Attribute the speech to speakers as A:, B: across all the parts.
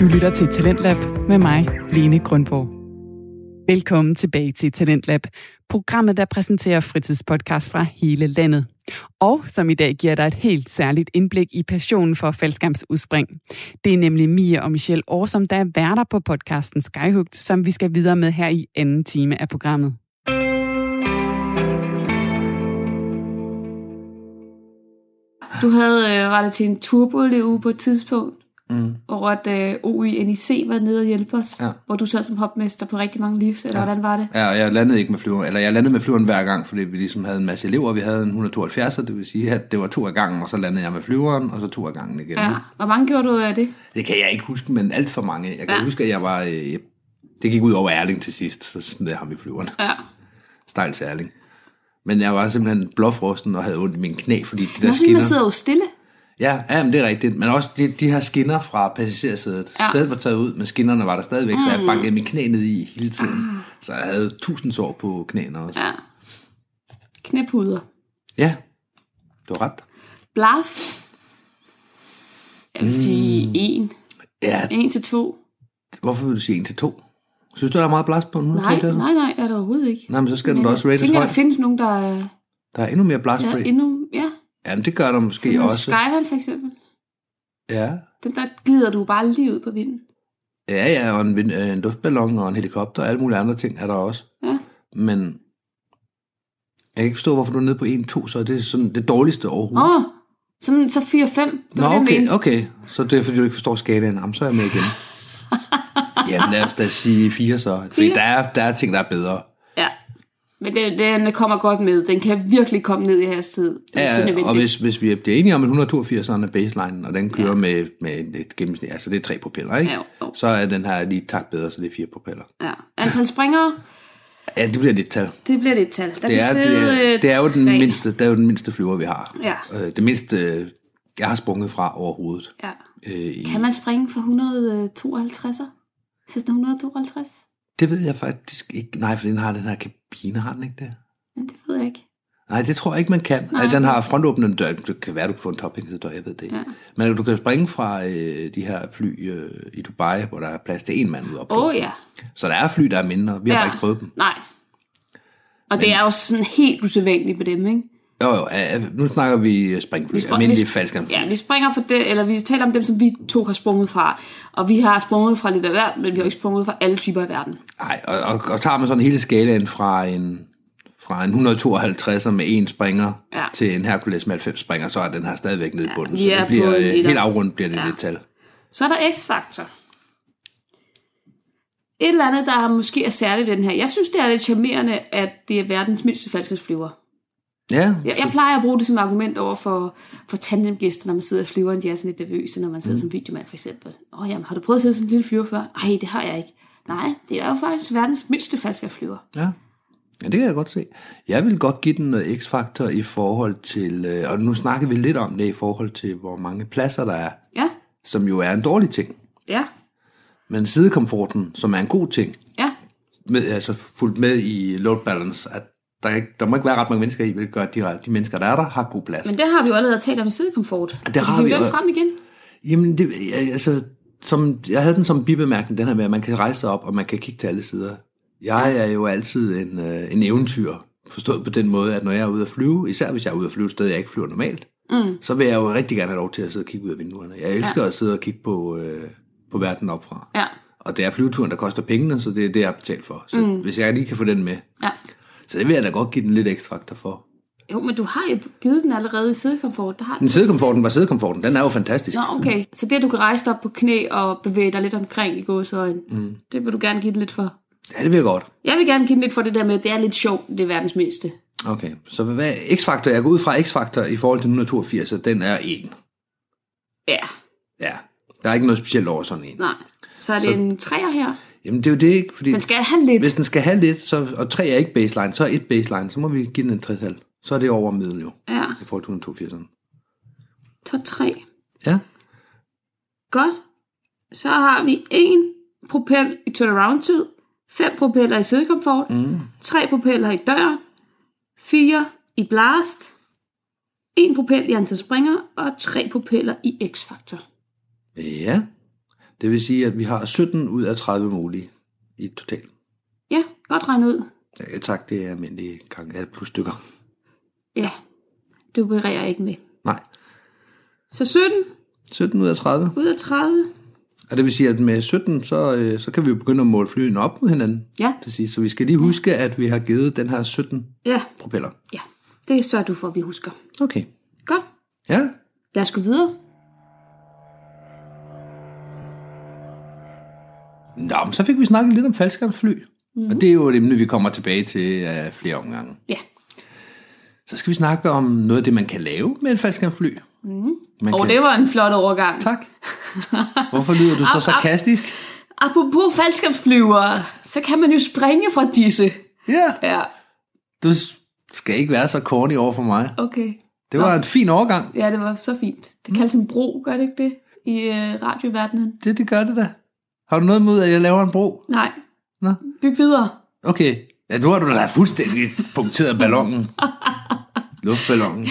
A: Du lytter til Talentlab med mig, Lene Grundborg. Velkommen tilbage til Talentlab, programmet, der præsenterer fritidspodcast fra hele landet. Og som i dag giver dig et helt særligt indblik i passionen for faldskærmsudspring. Det er nemlig Mia og Michelle Årsom, der er værter på podcasten Skyhugt, som vi skal videre med her i anden time af programmet.
B: Du havde, øh, var det til en turbo på et tidspunkt,
C: Mm.
B: hvor at, øh, OINIC var nede og hjælpe os,
C: Ja.
B: hvor du sad som hopmester på rigtig mange lifts, eller
C: Ja.
B: hvordan var det?
C: Ja, og jeg landede ikke med flyveren, eller jeg landede med flyveren hver gang, fordi vi ligesom havde en masse elever, vi havde en 172, det vil sige, at det var to af gangen, og så landede jeg med flyveren, og så to af gangen igen.
B: Ja. Hvor mange gjorde du ud af det?
C: Det kan jeg ikke huske, men alt for mange. Jeg kan
B: Ja.
C: ja. huske, at jeg var... Øh, det gik ud over Erling til sidst, så smed jeg ham i flyveren.
B: Ja.
C: Stejls Erling. Men jeg var simpelthen blåfrosten og havde ondt i mine knæ, fordi de
B: Nå,
C: der
B: fordi
C: skinner...
B: man sidder jo stille.
C: Ja, ja men det er rigtigt. Men også de, de her skinner fra passagersædet.
B: Ja.
C: Ja. Sædet var taget ud, men skinnerne var der stadigvæk, mm. så jeg bankede mit knæ ned i hele tiden. Ah. Så jeg havde tusind sår på knæene også. Ja.
B: Ja. Knæpuder.
C: ja, du har ret.
B: Blast. Jeg
C: Mm.
B: vil sige en.
C: Ja,
B: En til to.
C: hvorfor vil du sige 1 til 2? Synes du, der er meget blast på den?
B: Nej, nej, nej, er der overhovedet ikke.
C: Nej, men så skal den da også
B: jeg
C: rates
B: tænker, der
C: højt.
B: findes nogen, der er
C: Der er endnu mere blast
B: ja,
C: ja, endnu...
B: endnu... Ja,
C: Jamen, det gør der måske
B: Men
C: også.
B: Skyline for eksempel.
C: Ja.
B: Den der glider du bare lige ud på vinden.
C: Ja, ja, og en, vind- øh, en luftballon og en helikopter og alle mulige andre ting er der også.
B: Ja.
C: Men jeg kan ikke forstå, hvorfor du er nede på 1-2, så er det sådan det dårligste overhovedet.
B: Åh, oh, sådan så 4-5. Det
C: Nå,
B: var det, jeg
C: okay,
B: mente.
C: okay. Så det er, fordi du ikke forstår skalaen. Jamen, så er jeg med igen. Jamen, lad os da sige 4 så. Fordi
B: Fire?
C: der er, der er ting, der er bedre.
B: Ja. Men den, den kommer godt med. Den kan virkelig komme ned i hastighed. hvis det er
C: Ja,
B: nødvendigt.
C: og hvis, hvis vi bliver enige om, at 182 er baseline, og den kører ja. med, med et gennemsnit, altså det er tre propeller, ikke?
B: Ja, jo, jo.
C: Så er den her lige tak bedre, så det er fire propeller.
B: Ja. Antal springere,
C: Ja, det bliver lidt tal.
B: det bliver lidt tal. Der
C: det er,
B: kan sidde,
C: det, er,
B: øh,
C: det er jo den
B: tre.
C: mindste, det er jo den mindste flyver, vi har.
B: Ja.
C: Øh, det mindste, øh, jeg har sprunget fra overhovedet.
B: Ja.
C: Øh, i,
B: Kan man springe fra 152? Synes den er 152?
C: Det ved jeg faktisk ikke. Nej, for den har den her kabine, har den ikke det?
B: Men det ved jeg ikke.
C: Nej, det tror jeg ikke, man kan.
B: Nej.
C: Nej. Den har frontåbnende dør. Det kan være, du kan få en tophænget dør, jeg ved det ikke.
B: Ja.
C: Ja. Men du kan springe fra øh, de her fly øh, i Dubai, hvor der er plads til en mand ude op.
B: Åh oh, ja.
C: Så der er fly, der er mindre. Vi har
B: ja.
C: ja. bare ikke prøvet dem.
B: Nej. Og Men... det er jo sådan helt usædvanligt på dem, ikke?
C: Jo, jo, øh, nu snakker vi springfly. Vi
B: spring-
C: almindelige
B: vi-
C: faldskærmsfly.
B: Ja, vi springer for det, eller vi taler om dem, som vi to har sprunget fra. Og vi har sprunget fra lidt af hvert, men vi har ikke sprunget fra alle typer i verden.
C: Nej, og, og, og tager man sådan hele skalaen fra en, fra en 152 med en springer
B: Ja.
C: ja. til en Hercules med 90 springer, så er den her stadigvæk nede i bunden.
B: vi
C: Ja,
B: er
C: så
B: på
C: det bliver,
B: en
C: øh,
B: etter.
C: helt afrundt bliver det
B: Ja.
C: ja. et tal.
B: Så er der X-faktor. Et eller andet, der måske er særligt ved den her. Jeg synes, det er lidt charmerende, at det er verdens mindste falskhedsflyver.
C: Ja,
B: Jeg, jeg plejer at bruge det som argument over for, for tandemgæster, når man sidder i flyveren. De er sådan lidt nervøse, når man sidder mm. som videomand for eksempel. Åh, jamen, har du prøvet at sidde i sådan en lille flyver før? Nej, det har jeg ikke. Nej, det er jo faktisk verdens mindste falskhedsflyver.
C: ja. Ja, det kan jeg godt se. Jeg vil godt give den noget x-faktor i forhold til, øh, og nu snakker vi lidt om det i forhold til, hvor mange pladser der er,
B: Ja,
C: som jo er en dårlig ting.
B: ja,
C: Men sidekomforten, som er en god ting,
B: ja.
C: med, altså fuldt med i load balance, at der, ikke, der må ikke være ret mange mennesker i, hvilket gør, at de, de mennesker, der er der, har god plads.
B: Men det har vi jo allerede talt om i sidekomfort.
C: Det har
B: kan
C: vi
B: jo.
C: jo.
B: frem igen.
C: Jamen, det, ja, altså, som, jeg havde den som bibemærkning, den her med, at man kan rejse sig op, og man kan kigge til alle sider. Jeg er jo altid en, øh, en eventyr, forstået på den måde, at når jeg er ude at flyve, især hvis jeg er ude at flyve et sted, jeg ikke flyver normalt,
B: Mm.
C: så vil jeg jo rigtig gerne have lov til at sidde og kigge ud af vinduerne. Jeg elsker ja. at sidde og kigge på, øh, på verden opfra.
B: Ja,
C: Og det er flyveturen, der koster pengene, så det er det, jeg har betalt for. Så mm. hvis jeg lige kan få den med,
B: ja.
C: så det vil jeg da godt give den lidt ekstra faktor for.
B: Jo, men du har jo givet den allerede i sidekomfort. Der har den.
C: Men sidekomforten var sidekomforten, den er jo fantastisk.
B: Nå, okay. Så det, at du kan rejse dig op på knæ og bevæge dig lidt omkring i gåsøjen, mm. det vil du gerne give den lidt for.
C: Ja, det vil jeg godt.
B: Jeg vil gerne give den lidt for det der med, at det er lidt sjovt, det er verdens mindste.
C: Okay, så hvad X-faktor, jeg går ud fra X-faktor i forhold til 182, så den er 1.
B: Ja,
C: Ja, der er ikke noget specielt over sådan en.
B: nej. Så er det så... en træer her.
C: Jamen det er jo det ikke, fordi
B: Den skal have lidt.
C: hvis den skal have lidt, så, og 3 er ikke baseline, så er 1 baseline, så må vi give den en 3,5. Så er det over middel jo,
B: Ja,
C: i forhold til 182.
B: så tre.
C: Ja,
B: Godt. Så har vi en propel i turnaround-tid, fem propeller i sidekomfort, mm. tre propeller i døren, fire i blast, en propel i antal springer og tre propeller i X-faktor.
C: ja. Det vil sige, at vi har 17 ud af 30 mulige i total.
B: Ja, godt regnet ud.
C: Ja, tak, det er almindelige gang, alt plus stykker.
B: Ja, du opererer ikke med.
C: Nej,
B: Så 17
C: 17 ud af 30.
B: ud af 30.
C: Og det vil sige, at med 17, så, øh, så kan vi jo begynde at måle flyene op mod hinanden.
B: Ja,
C: Det vil sige, så vi skal lige huske, at vi har givet den her 17
B: ja,
C: propeller.
B: ja. Det sørger du for, at vi husker.
C: Okay.
B: Godt.
C: Ja,
B: Lad os gå videre.
C: Nå, men så fik vi snakket lidt om faldskærmsfly.
B: Mhm.
C: Mm-hmm. Og det er jo et emne, vi kommer tilbage til øh, flere omgange.
B: Ja.
C: Så skal vi snakke om noget af det, man kan lave med et faldskærmsfly. Mm-hmm. Man
B: Mhm. Og
C: kan...
B: det var en flot overgang.
C: Tak. Hvorfor lyder du så
B: Au, au.
C: sarkastisk?
B: Apropos faldskabsflyvere, så kan man jo springe fra disse.
C: Ja,
B: Ja,
C: du s- skal ikke være så corny over for mig.
B: okay.
C: Det var en fin overgang.
B: Ja, det var så fint. Det kaldes en bro, gør det ikke det? I øh, radioverdenen?
C: Det, det gør det da. Har du noget mod, at jeg laver en bro?
B: Nej.
C: Nå.
B: Byg videre.
C: Okay. Ja, nu har du da fuldstændig punkteret ballonen. Luftballonen.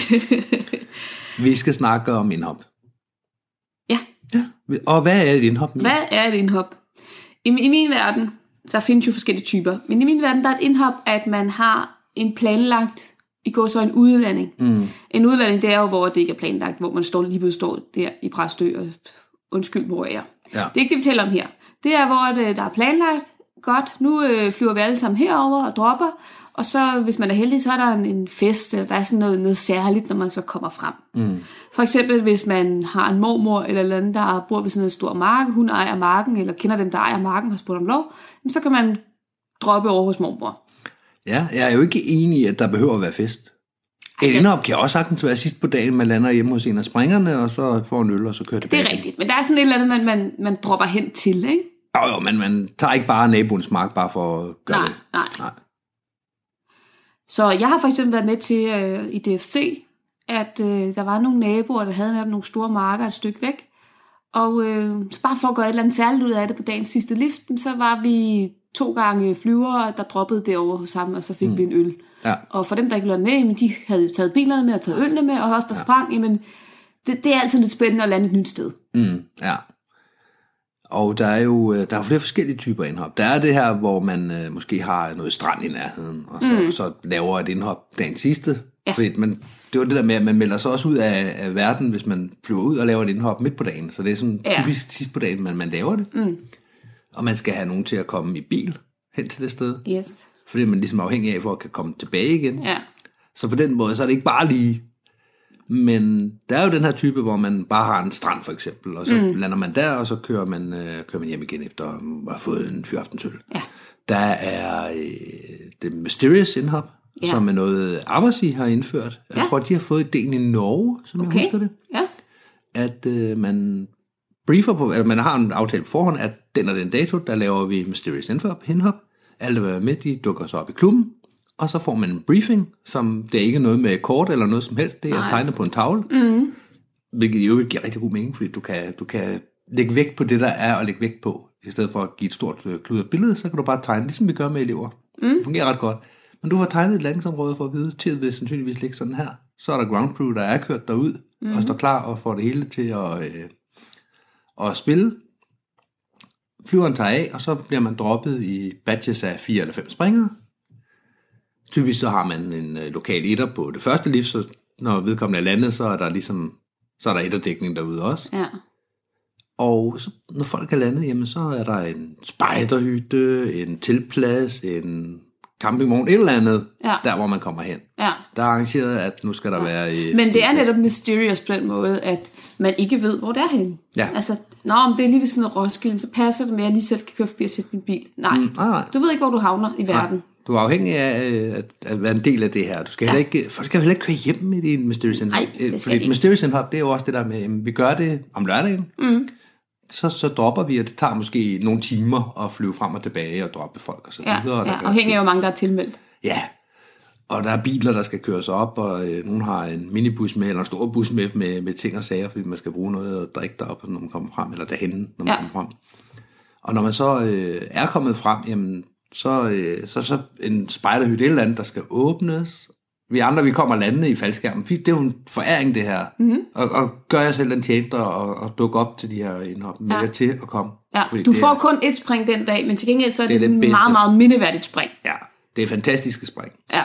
C: Vi skal snakke om indhop.
B: Ja.
C: Ja. Og hvad er et indhop? Mie?
B: Hvad er et indhop? I, I min verden, der findes jo forskellige typer, men i min verden, der er et indhop, at man har en planlagt, i går så en udlanding. Mm. En udlanding, det er jo, hvor det ikke er planlagt, hvor man står lige pludselig står der i Præstø og undskyld, hvor er jeg?
C: Ja.
B: Det er ikke det, vi taler om her. Det er, hvor det, der er planlagt, godt, nu øh, flyver vi alle sammen herover og dropper, og så, hvis man er heldig, så er der en, en fest, eller der er sådan noget, noget særligt, når man så kommer frem. Mm. For eksempel, hvis man har en mormor eller eller andet, der bor ved sådan en stor mark, hun ejer marken, eller kender dem, der ejer marken, har spurgt om lov, jamen, så kan man droppe over hos mormor.
C: Ja, jeg er jo ikke enig i, at der behøver at være fest. Et indhop kan også sagtens være sidst på dagen, man lander hjemme hos en af springerne, og så får en øl, og så kører
B: Det
C: tilbage.
B: er rigtigt, men der er sådan et eller andet, man, man, man dropper hen til, ikke?
C: Jo, jo, men man tager ikke bare naboens mark, bare for at gøre
B: Nej,
C: det.
B: nej.
C: nej.
B: Så jeg har for eksempel været med til øh, i DFC, at øh, der var nogle naboer, der havde netop nogle store marker et stykke væk. Og øh, så bare for at gøre et eller andet særligt ud af det på dagens sidste lift, så var vi to gange flyvere, der droppede det over hos ham, og så fik mm. vi en øl.
C: Ja.
B: Og for dem, der ikke ville være med, jamen, de havde jo taget bilerne med og taget ølene med, og også der ja. sprang, jamen, det, det er altid lidt spændende at lande et nyt sted.
C: Mm, ja. Og der er jo øh, der er jo flere forskellige typer indhop. Der er det her, hvor man øh, måske har noget strand i nærheden, og så, mm. så laver et indhop dagen sidste.
B: Ja.
C: Fordi man, det var det der med, at man melder sig også ud af, af verden, hvis man flyver ud og laver et indhop midt på dagen. Så det er sådan
B: Ja.
C: ja. typisk sidst på dagen, man, man laver det. Mm. Og man skal have nogen til at komme i bil hen til det sted.
B: Yes.
C: Fordi man ligesom er afhængig af, for at kan komme tilbage igen.
B: Ja.
C: Så på den måde, så er det ikke bare lige. Men der er jo den her type, hvor man bare har en strand for eksempel, og så mm. lander man der, og så kører man, øh, kører man hjem igen efter at have fået en fyraftensøl.
B: Ja.
C: Der er øh, det Mysterious Indhop,
B: Ja.
C: ja. som er noget Abbasi har indført. Jeg
B: Ja.
C: tror, de har fået ideen i Norge, som okay.
B: Okay.
C: jeg husker det.
B: Ja.
C: At øh, man briefer på, eller man har en aftale på forhånd, at den og den dato, der laver vi Mysterious Indhop. Indhop. Alle, der vil være med, de dukker så op i klubben, og så får man en briefing, som det er ikke noget med kort eller noget som helst, det er
B: Nej.
C: at tegne på en tavle, mm. hvilket jo giver rigtig god mening, fordi du kan, du kan lægge vægt på det, der er at lægge vægt på. I stedet for at give et stort øh, kludret billede, så kan du bare tegne, ligesom vi gør med elever. Mm. Det fungerer ret godt. Men du har tegnet et landingsområde for at vide, til vil sandsynligvis ligge sådan her. Så er der ground crew, der er kørt derud, mm. og står klar og får det hele til at, øh, at spille. Flyveren tager af, og så bliver man droppet i batches af fire eller fem springere. Typisk så har man en øh, lokal etter på det første lift, så når vedkommende er landet, så er der ligesom så er der etterdækning derude også.
B: Ja.
C: Og så, når folk er landet, jamen, så er der en spejderhytte, en tilplads, en campingvogn, et eller andet,
B: Ja.
C: der hvor man kommer hen.
B: Ja.
C: Der er arrangeret, at nu skal der være... øh,
B: Men det er netop mysterious på den måde, at man ikke ved, hvor det er henne.
C: Ja.
B: Altså, nå, om det er lige ved sådan en Roskilde, så passer det med, at jeg lige selv kan køre forbi og sætte min bil. Nej. Mm,
C: nej, nej.
B: Du ved ikke, hvor du havner i verden.
C: Du er afhængig af øh, at, at være en del af det her. Du skal ja. heller ikke, folk skal heller ikke køre hjem med det i en Mysterious Hop.
B: Nej, det skal de ikke.
C: Mysterious Hop, det er jo også det der med, jamen, vi gør det om lørdagen, mm. så, så dropper vi, og det tager måske nogle timer at flyve frem og tilbage og droppe folk og så
B: Ja,
C: videre. og der
B: ja
C: kan-
B: afhængig af, hvor mange der er tilmeldt.
C: Ja, og der er biler, der skal køres op, og øh, nogen har en minibus med, eller en stor bus med, med, med ting og sager, fordi man skal bruge noget at drikke derop, når man kommer frem, eller derhenne, når man
B: Ja.
C: ja. kommer frem. Og når man så øh, er kommet frem, jamen, så, øh, så, så en spejderhytte et eller andet, der skal åbnes, Vi andre, vi kommer landende i faldskærmen. Fy, Det er jo en foræring, det her.
B: Mhm.
C: Mm-hmm. Og, og gør jeg selv en tjeneste og, og dukke op til de her indhop. Men ja.
B: Ja.
C: til at komme.
B: Ja,
C: Fordi
B: du
C: det
B: får
C: Er,
B: kun et spring den dag, men til gengæld så er
C: Det
B: det,
C: er
B: det,
C: det
B: et
C: bedste.
B: meget, meget mindeværdigt spring.
C: ja, det er fantastiske spring.
B: Ja,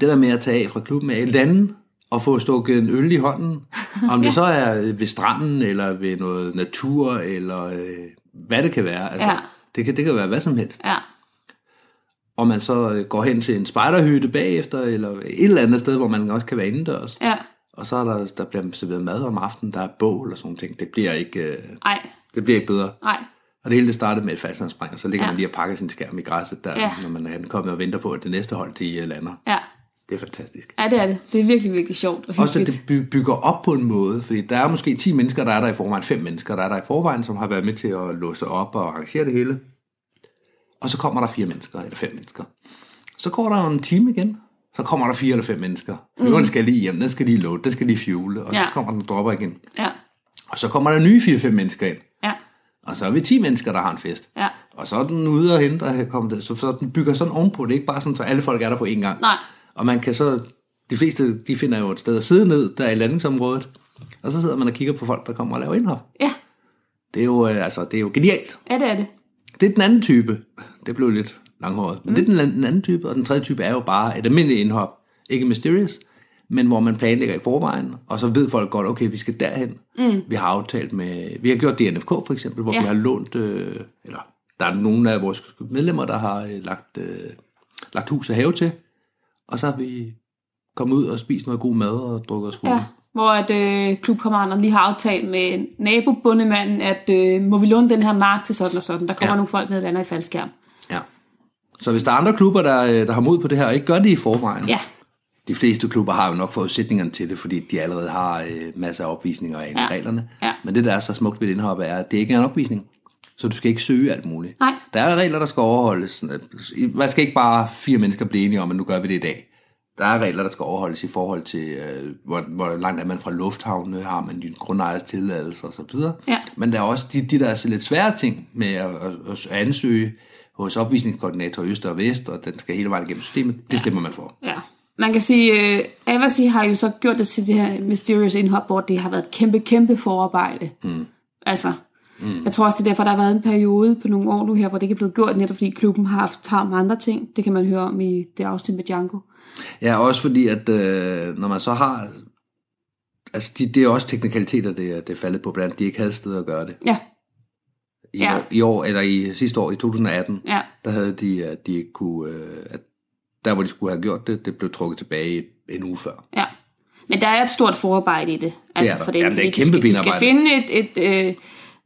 C: det der med at tage af fra klubben af, lande og få stukket en øl i hånden, om det så er øh, ved stranden, eller ved noget natur, eller øh, hvad det kan være. Altså,
B: Ja.
C: ja. det, kan, det kan være hvad som helst.
B: ja,
C: Og man så øh, går hen til en spejderhytte bagefter, eller et eller andet sted, hvor man også kan være indendørs.
B: ja.
C: Og så er der, der bliver serveret mad om aftenen, der er bål og sådan nogle ting. Det bliver ikke, øh,
B: Ej,
C: det bliver ikke bedre.
B: ej.
C: Og det hele det startede med et fastlandsspring, og så ligger
B: Ja.
C: ja. man lige og pakker sin skærm i græsset, der,
B: Ja.
C: ja. når man er ankommet og venter på, at det næste hold de øh, lander.
B: Ja.
C: Det er fantastisk.
B: ja, det er det. Det er virkelig, virkelig sjovt og
C: Også at
B: hyggeligt.
C: det by- bygger op på en måde, fordi der er måske 10 mennesker, der er der i forvejen, 5 mennesker, der er der i forvejen, som har været med til at låse op og arrangere det hele. Og så kommer der fire mennesker, eller fem mennesker. Så går der en time igen, så kommer der fire eller fem mennesker. Mm. Nu skal lige hjem, den skal lige load, den skal lige fuel, og
B: Ja.
C: så kommer den og dropper igen.
B: Ja,
C: Og så kommer der nye 4-5 mennesker ind,
B: ja,
C: og så er vi 10 mennesker, der har en fest.
B: ja.
C: Og så er den ude og hente, og kommer det. Så, så den bygger sådan ovenpå, det er ikke bare sådan, så alle folk er der på én gang.
B: Nej.
C: Og man kan så, de fleste, de finder jo et sted at sidde ned, der er i landingsområdet. Og så sidder man og kigger på folk, der kommer og laver indhop.
B: Ja,
C: Det er jo, øh, altså, det er jo genialt.
B: ja det er det.
C: Det er den anden type. Det blev lidt langhåret. Men mm. det er den, an- den anden type, og den tredje type er jo bare et almindeligt indhop. Ikke mysterious, men hvor man planlægger i forvejen, og så ved folk godt, okay, vi skal derhen. Mm. Vi har aftalt med, vi har gjort DNFK for eksempel, hvor
B: Ja.
C: ja. vi har lånt, øh, eller der er nogle af vores medlemmer, der har øh, lagt, øh, lagt hus og have til, og så har vi kommet ud og spist noget god mad og drukket os fulde.
B: Ja, hvor at øh, klubkammeraterne lige har aftalt med nabobundemanden, at øh, må vi låne den her mark til sådan og sådan. Der kommer ja.
C: Ja.
B: nogle folk ned og lander i faldskærm.
C: Ja. Så hvis der er andre klubber, der, øh, der har mod på det her, og ikke gør det i forvejen,
B: Ja,
C: De fleste klubber har jo nok forudsætningerne til det, fordi de allerede har øh, masser af opvisninger af
B: Ja.
C: ja. reglerne.
B: Ja.
C: Men det, der er så smukt ved et indhop, er, at det ikke er en opvisning. Så du skal ikke søge alt muligt.
B: Nej.
C: Der er regler, der skal overholdes. Man skal ikke bare fire mennesker blive enige om, at nu gør vi det i dag. Der er regler, der skal overholdes i forhold til, øh, hvor, hvor langt er man fra lufthavne, har man din grundejers tilladelse osv.
B: Ja.
C: Men der er også de, de der er så lidt svære ting med at, at, at ansøge hos opvisningskoordinator Øst og Vest, og den skal hele vejen igennem systemet. Det slipper man for.
B: ja. Man kan sige, øh, Avasi har jo så gjort det til det her Mysterious indhop, hvor det har været et kæmpe, kæmpe forarbejde. Mm. Altså, mm. jeg tror også, det er derfor, der har været en periode på nogle år nu her, hvor det ikke er blevet gjort, netop fordi klubben har haft travlt med andre ting. Det kan man høre om i det afsnit med Django.
C: Ja, også fordi, at øh, når man så har... Altså, de, det er også teknikaliteter, det, er- det er faldet på, blandt andet, de ikke havde sted at gøre det.
B: Ja,
C: I,
B: Ja.
C: ja. år, I år, eller i sidste år, i 2018,
B: ja,
C: der havde de, at de ikke kunne... Øh, at der, hvor de skulle have gjort det, det blev trukket tilbage en uge før.
B: Ja. Men der er et stort forarbejde i det. Altså
C: er der.
B: for dem,
C: Jamen, det er
B: fordi
C: et kæmpe
B: de, skal, de skal
C: benarbejde.
B: finde et, et, øh,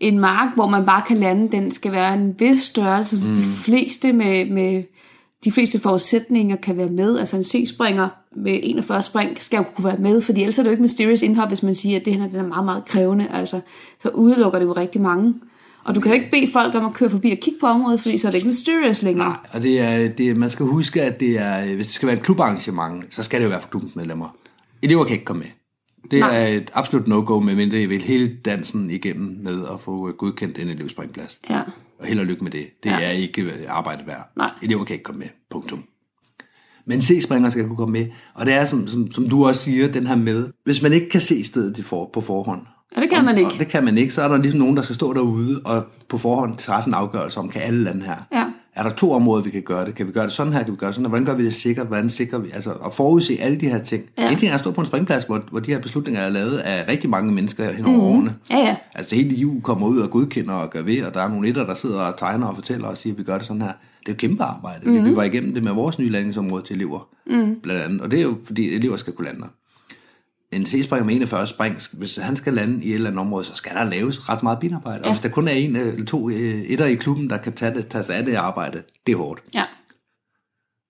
B: en mark, hvor man bare kan lande. Den skal være en vis størrelse, så
C: Mm.
B: de fleste med, med de fleste forudsætninger kan være med. Altså en C-springer med 41 spring skal jo kunne være med, fordi ellers er det jo ikke mysterious indhop, hvis man siger, at det her den er meget, meget krævende. Altså, så udelukker det jo rigtig mange. Og du kan jo ikke bede folk om at køre forbi og kigge på området, fordi så er det ikke mysterious længere.
C: Nej, og det er, det, er- man skal huske, at det er, øh, hvis det skal være et klubarrangement, så skal det jo være for klubbens medlemmer. Elever kan ikke komme med. Det
B: Nej.
C: Nej. er et absolut no-go, medmindre I vil hele dansen igennem med at få øh, godkendt en elevspringplads.
B: Ja,
C: Og held og lykke med det. Det
B: Ja.
C: ja. er ikke øh, arbejdet værd.
B: Nej.
C: Elever kan ikke komme med. Punktum. Men C-springer skal kunne komme med. Og det er, som, som, som du også siger, den her med. Hvis man ikke kan se stedet i for, på forhånd,
B: og det kan man
C: og
B: ikke.
C: det kan man ikke, så er der ligesom nogen, der skal stå derude og på forhånd træffe en afgørelse om, kan alle lande her?
B: Ja.
C: Er der to områder, vi kan gøre det? Kan vi gøre det sådan her? Kan vi gøre det sådan her? Hvordan gør vi det sikkert? Hvordan sikrer vi? Altså at forudse alle de her ting.
B: Ja.
C: Ja. En ting er at stå på en springplads, hvor, hvor de her beslutninger er lavet af rigtig mange mennesker hen over
B: Mhm.
C: mm. årene.
B: Ja, ja.
C: Altså hele EU kommer ud og godkender og gør ved, og der er nogle etter, der sidder og tegner og fortæller og siger, at vi gør det sådan her. Det er jo kæmpe arbejde. Mm-hmm. Vi var igennem det med vores nye landingsområde til elever, mm. blandt andet. Og det er jo, fordi elever skal kunne lande der. En C-springer med 41 spring, hvis han skal lande i et eller andet område, så skal der laves ret meget binarbejde. Ja. Og hvis der kun er en øh, eller to øh, etter i klubben, der kan tage, det, tage sig af det arbejde, det er hårdt.
B: ja.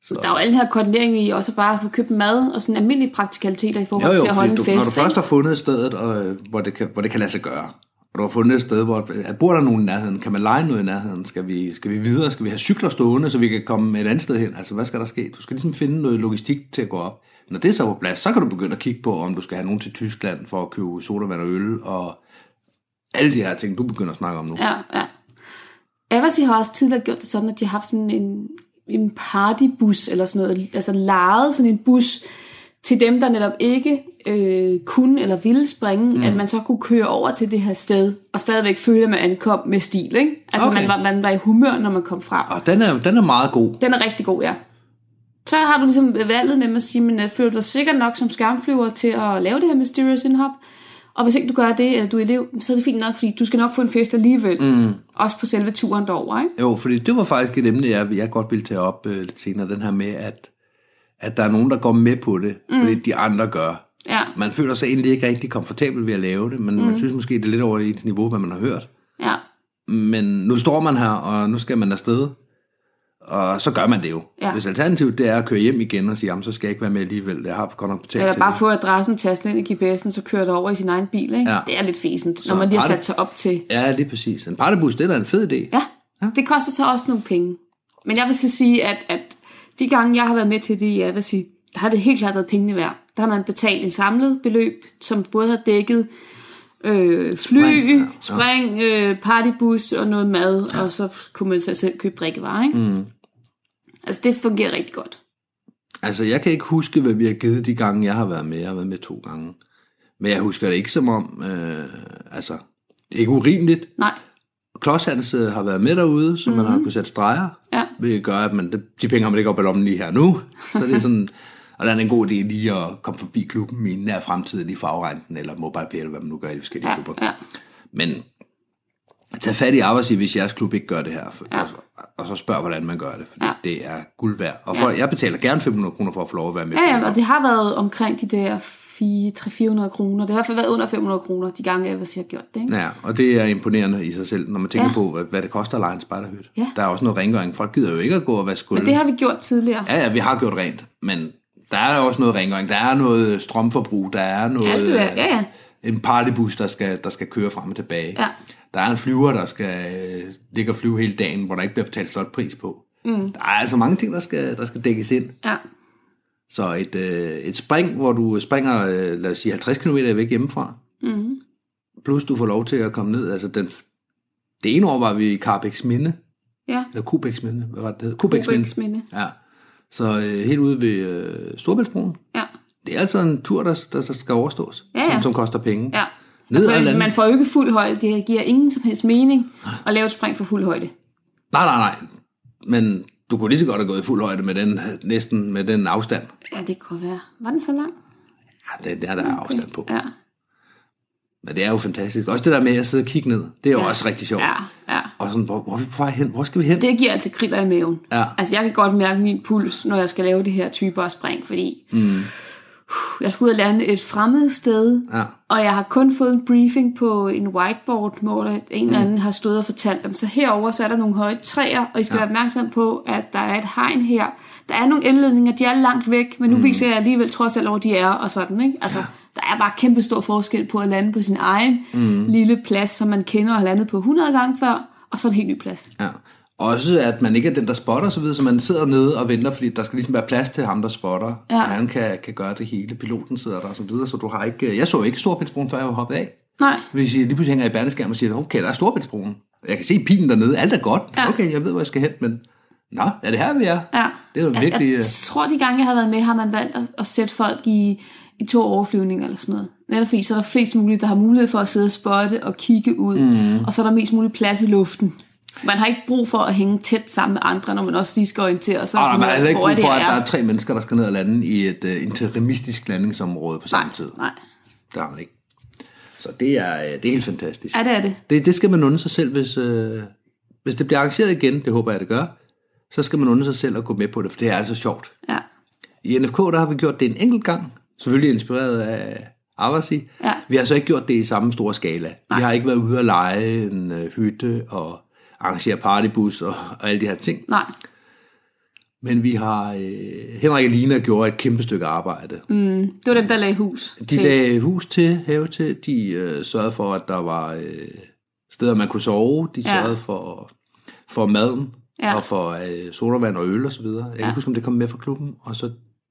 C: Så,
B: Der er jo alle her koordinering i også bare at få købt mad og sådan almindelige praktikaliteter i forhold til at holde
C: fordi
B: en
C: du,
B: fest.
C: Når du først
B: ikke?
C: har fundet stedet, og, øh, hvor, det kan, hvor det kan lade sig gøre, og du har fundet et sted, hvor at bor der nogen i nærheden, kan man lege noget i nærheden, skal vi, skal vi videre, skal vi have cykler stående, så vi kan komme et andet sted hen, altså hvad skal der ske? Du skal ligesom finde noget logistik til at gå op. Når det er så på plads, så kan du begynde at kigge på, om du skal have nogen til Tyskland for at købe sodavand og øl, og alle de her ting, du begynder at snakke om nu.
B: Ja, ja. Avasi har også tidligere gjort det sådan, at de har haft sådan en en partybus eller sådan noget, altså lejet sådan en bus til dem, der netop ikke øh, kunne eller ville springe, mm. at man så kunne køre over til det her sted, og stadigvæk føle, at man ankom med stil. Ikke? Altså
C: Okay.
B: okay. man, var, man var i humør, når man kom frem.
C: Og den er, den er meget god.
B: Den er rigtig god, ja. Så har du ligesom valget med at sige, men øh, føler du dig sikker nok som skærmflyver til at lave det her Mysterious Indhop? Og hvis ikke du gør det, eller du er elev, så er det fint nok, fordi du skal nok få en fest alligevel. Mm. Også på selve turen derover, ikke?
C: Jo, fordi det var faktisk et emne, jeg, jeg godt ville tage op øh, lidt senere, den her med, at, at der er nogen, der går med på det, mm. fordi de andre gør.
B: Ja,
C: Man føler sig egentlig ikke rigtig komfortabel ved at lave det, men mm. man synes måske, det er lidt over ens niveau, hvad man har hørt.
B: ja,
C: Men nu står man her, og nu skal man afsted, og så gør man det jo.
B: Ja.
C: Hvis alternativet det er at køre hjem igen og sige, jamen så skal jeg ikke være med alligevel, jeg har godt nok betalt
B: Eller
C: til
B: bare
C: det."
B: få adressen tastet ind i GPS'en, så kører du over i sin egen bil, ikke?
C: Ja.
B: Det er lidt fæsent, når man lige har
C: har det-
B: sat sig op til.
C: Ja, lige præcis. En partybus, det er da en fed idé.
B: Ja, det koster så også nogle penge. Men jeg vil så sige, at, at de gange, jeg har været med til det i Adversi, der har det helt klart været pengene værd. Der har man betalt en samlet beløb, som både har dækket øh, fly,
C: Spring,
B: spring,
C: ja,
B: ja, ja.
C: ja.
B: spring øh, partybus og noget mad, ja. og så kunne man så selv købe drikkevarer. Ikke? Mm. Altså, det fungerer rigtig godt.
C: Altså, jeg kan ikke huske, hvad vi har givet de gange, jeg har været med. Jeg har været med to gange. Men jeg husker det ikke som om, øh, altså, det er ikke urimeligt.
B: Nej,
C: Klodshands øh, har været med derude, så mm-hmm. man har kunnet sætte streger.
B: Mhm. Ja.
C: Hvilket gør, at man, de penge har man ikke op i lommen lige her nu. Så det er sådan, og der er en god idé lige at komme forbi klubben i nær fremtid, lige for afrenten, eller MobilePay, eller hvad man nu gør i de forskellige
B: ja,
C: klubber.
B: ja.
C: Men tag fat i arbejdsgiver, hvis jeres klub ikke gør det her. For, ja. og, og så spørg, hvordan man gør det, fordi ja.
B: Ja.
C: det er guld værd. Og for, ja. jeg betaler gerne 500 kroner for at få lov at være med.
B: Ja, ja, og det har været omkring de der 4- 300-400 kroner. Det har i hvert fald været under 500 kroner, de gange, jeg har gjort det. Ikke?
C: Ja, og det er imponerende i sig selv, når man tænker ja.
B: Ja.
C: på, hvad, hvad det koster at lege en spejderhytte.
B: Ja.
C: Der er også noget rengøring. Folk gider jo ikke at gå og vaske gulv.
B: Men det har vi gjort tidligere.
C: Ja, ja, vi har gjort rent, men der er også noget rengøring. Der er noget strømforbrug. Der er noget... øh,
B: Alt det der, ja, øh, ja.
C: En partybus, der skal, der skal køre frem og tilbage.
B: Ja.
C: Der er en flyver, der skal øh, ligge og flyve hele dagen, hvor der ikke bliver betalt slot pris på. Mm. Der er altså mange ting, der skal, der skal dækkes ind.
B: ja.
C: Så et, øh, et spring, hvor du springer, øh, lad os sige, 50 km væk hjemmefra,
B: Mm-hmm.
C: plus du får lov til at komme ned. Altså, den, det ene år var vi i Carbex Minde,
B: Ja,
C: eller Kubex Minde, hvad var det, det hed? Kubex Minde.
B: Rubæksminde.
C: Ja. Så øh, helt ude ved øh, Storbæltsbroen.
B: Ja,
C: Det er altså en tur, der, der skal overstås,
B: Ja, ja.
C: Som, som koster penge.
B: ja.
C: Ned ad
B: For
C: landet.
B: man får jo ikke fuld højde. Det giver ingen som helst mening at lave et spring for fuld højde.
C: Nej, nej, nej. Men du kunne lige så godt have gået i fuld højde med den, næsten med den afstand.
B: Ja, det kunne være. Var den så lang?
C: Ja, det, det er der okay. afstand på.
B: Ja,
C: Men det er jo fantastisk. Også det der med at sidde og kigge ned, det er jo ja. også rigtig sjovt.
B: ja, ja.
C: Og sådan, hvor, hvor er vi på vej hen? Hvor skal vi hen? Det...
B: Det giver altså kriller i maven.
C: Ja.
B: Altså, jeg kan godt mærke min puls, når jeg skal lave det her typer af spring, fordi mm. jeg skulle ud og lande et fremmed sted,
C: Ja.
B: og jeg har kun fået en briefing på en whiteboard, hvor der en eller anden har stået og fortalt dem. Så herover så er der nogle høje træer, og I skal ja. være opmærksom på, at der er et hegn her. Der er nogle indledninger, de er langt væk, men nu mm. viser jeg alligevel trods alt, hvor de er og sådan. Ikke? Altså, der er bare kæmpe stor forskel på at lande på sin egen mm. lille plads, som man kender og har landet på 100 gange før, og så en helt ny plads.
C: Ja. Også at man ikke er den, der spotter så videre, så man sidder nede og venter, fordi der skal ligesom være plads til ham, der spotter.
B: Ja.
C: Og han kan, kan gøre det hele. Piloten sidder der og så videre, så du har ikke... Jeg så ikke Storbritannien, før jeg hoppede af.
B: Nej,
C: Hvis jeg lige pludselig hænger i bandeskærmen og siger, okay, der er Storbritannien. Jeg kan se pilen dernede, alt er godt. Ja.
B: Ja.
C: Okay, jeg ved, hvor jeg skal hen, men nå, er det her, vi er?
B: Ja.
C: Det er jo virkelig... øh,
B: Jeg, jeg tror, de gange, jeg har været med, har man valgt at, at sætte folk i, i to overflyvninger eller sådan noget. Netop fordi, så er der flest muligt, der har mulighed for at sidde og spotte og kigge ud.
C: Mhm.
B: Mm. Og så er der mest muligt plads i luften. Man har ikke brug for at hænge tæt sammen med andre, når man også lige skal orientere sig.
C: Øh, og der er
B: Hvor
C: heller ikke
B: er
C: brug
B: det,
C: for,
B: jeg
C: at der er tre mennesker, der skal ned og lande i et uh, interimistisk landingsområde på samme
B: Nej,
C: tid.
B: nej.
C: Der har man ikke. Så det er, øh, det er helt fantastisk.
B: Ja, det er det.
C: Det, det skal man unde sig selv, hvis, øh, hvis det bliver arrangeret igen, det håber jeg, det gør, så skal man unde sig selv at gå med på det, for det er altså sjovt.
B: Ja,
C: I NFK, der har vi gjort det en enkelt gang, selvfølgelig inspireret af Avasi.
B: Ja.
C: Vi har så ikke gjort det i samme store skala. Nej. Vi har ikke været ude at lege en øh, hytte og arrangere partybus og, og alle de her ting.
B: nej.
C: Men vi har, øh, Henrik og Lina gjorde et kæmpe stykke arbejde. Mm.
B: Det var dem, der lagde hus.
C: De
B: til-
C: lagde hus til, have til, de øh, sørgede for, at der var øh, steder, man kunne sove, de
B: Ja.
C: sørgede for, for maden,
B: Ja.
C: og for øh, sodavand og øl og så videre. Jeg kan ikke huske, om det kom med fra klubben. Og så,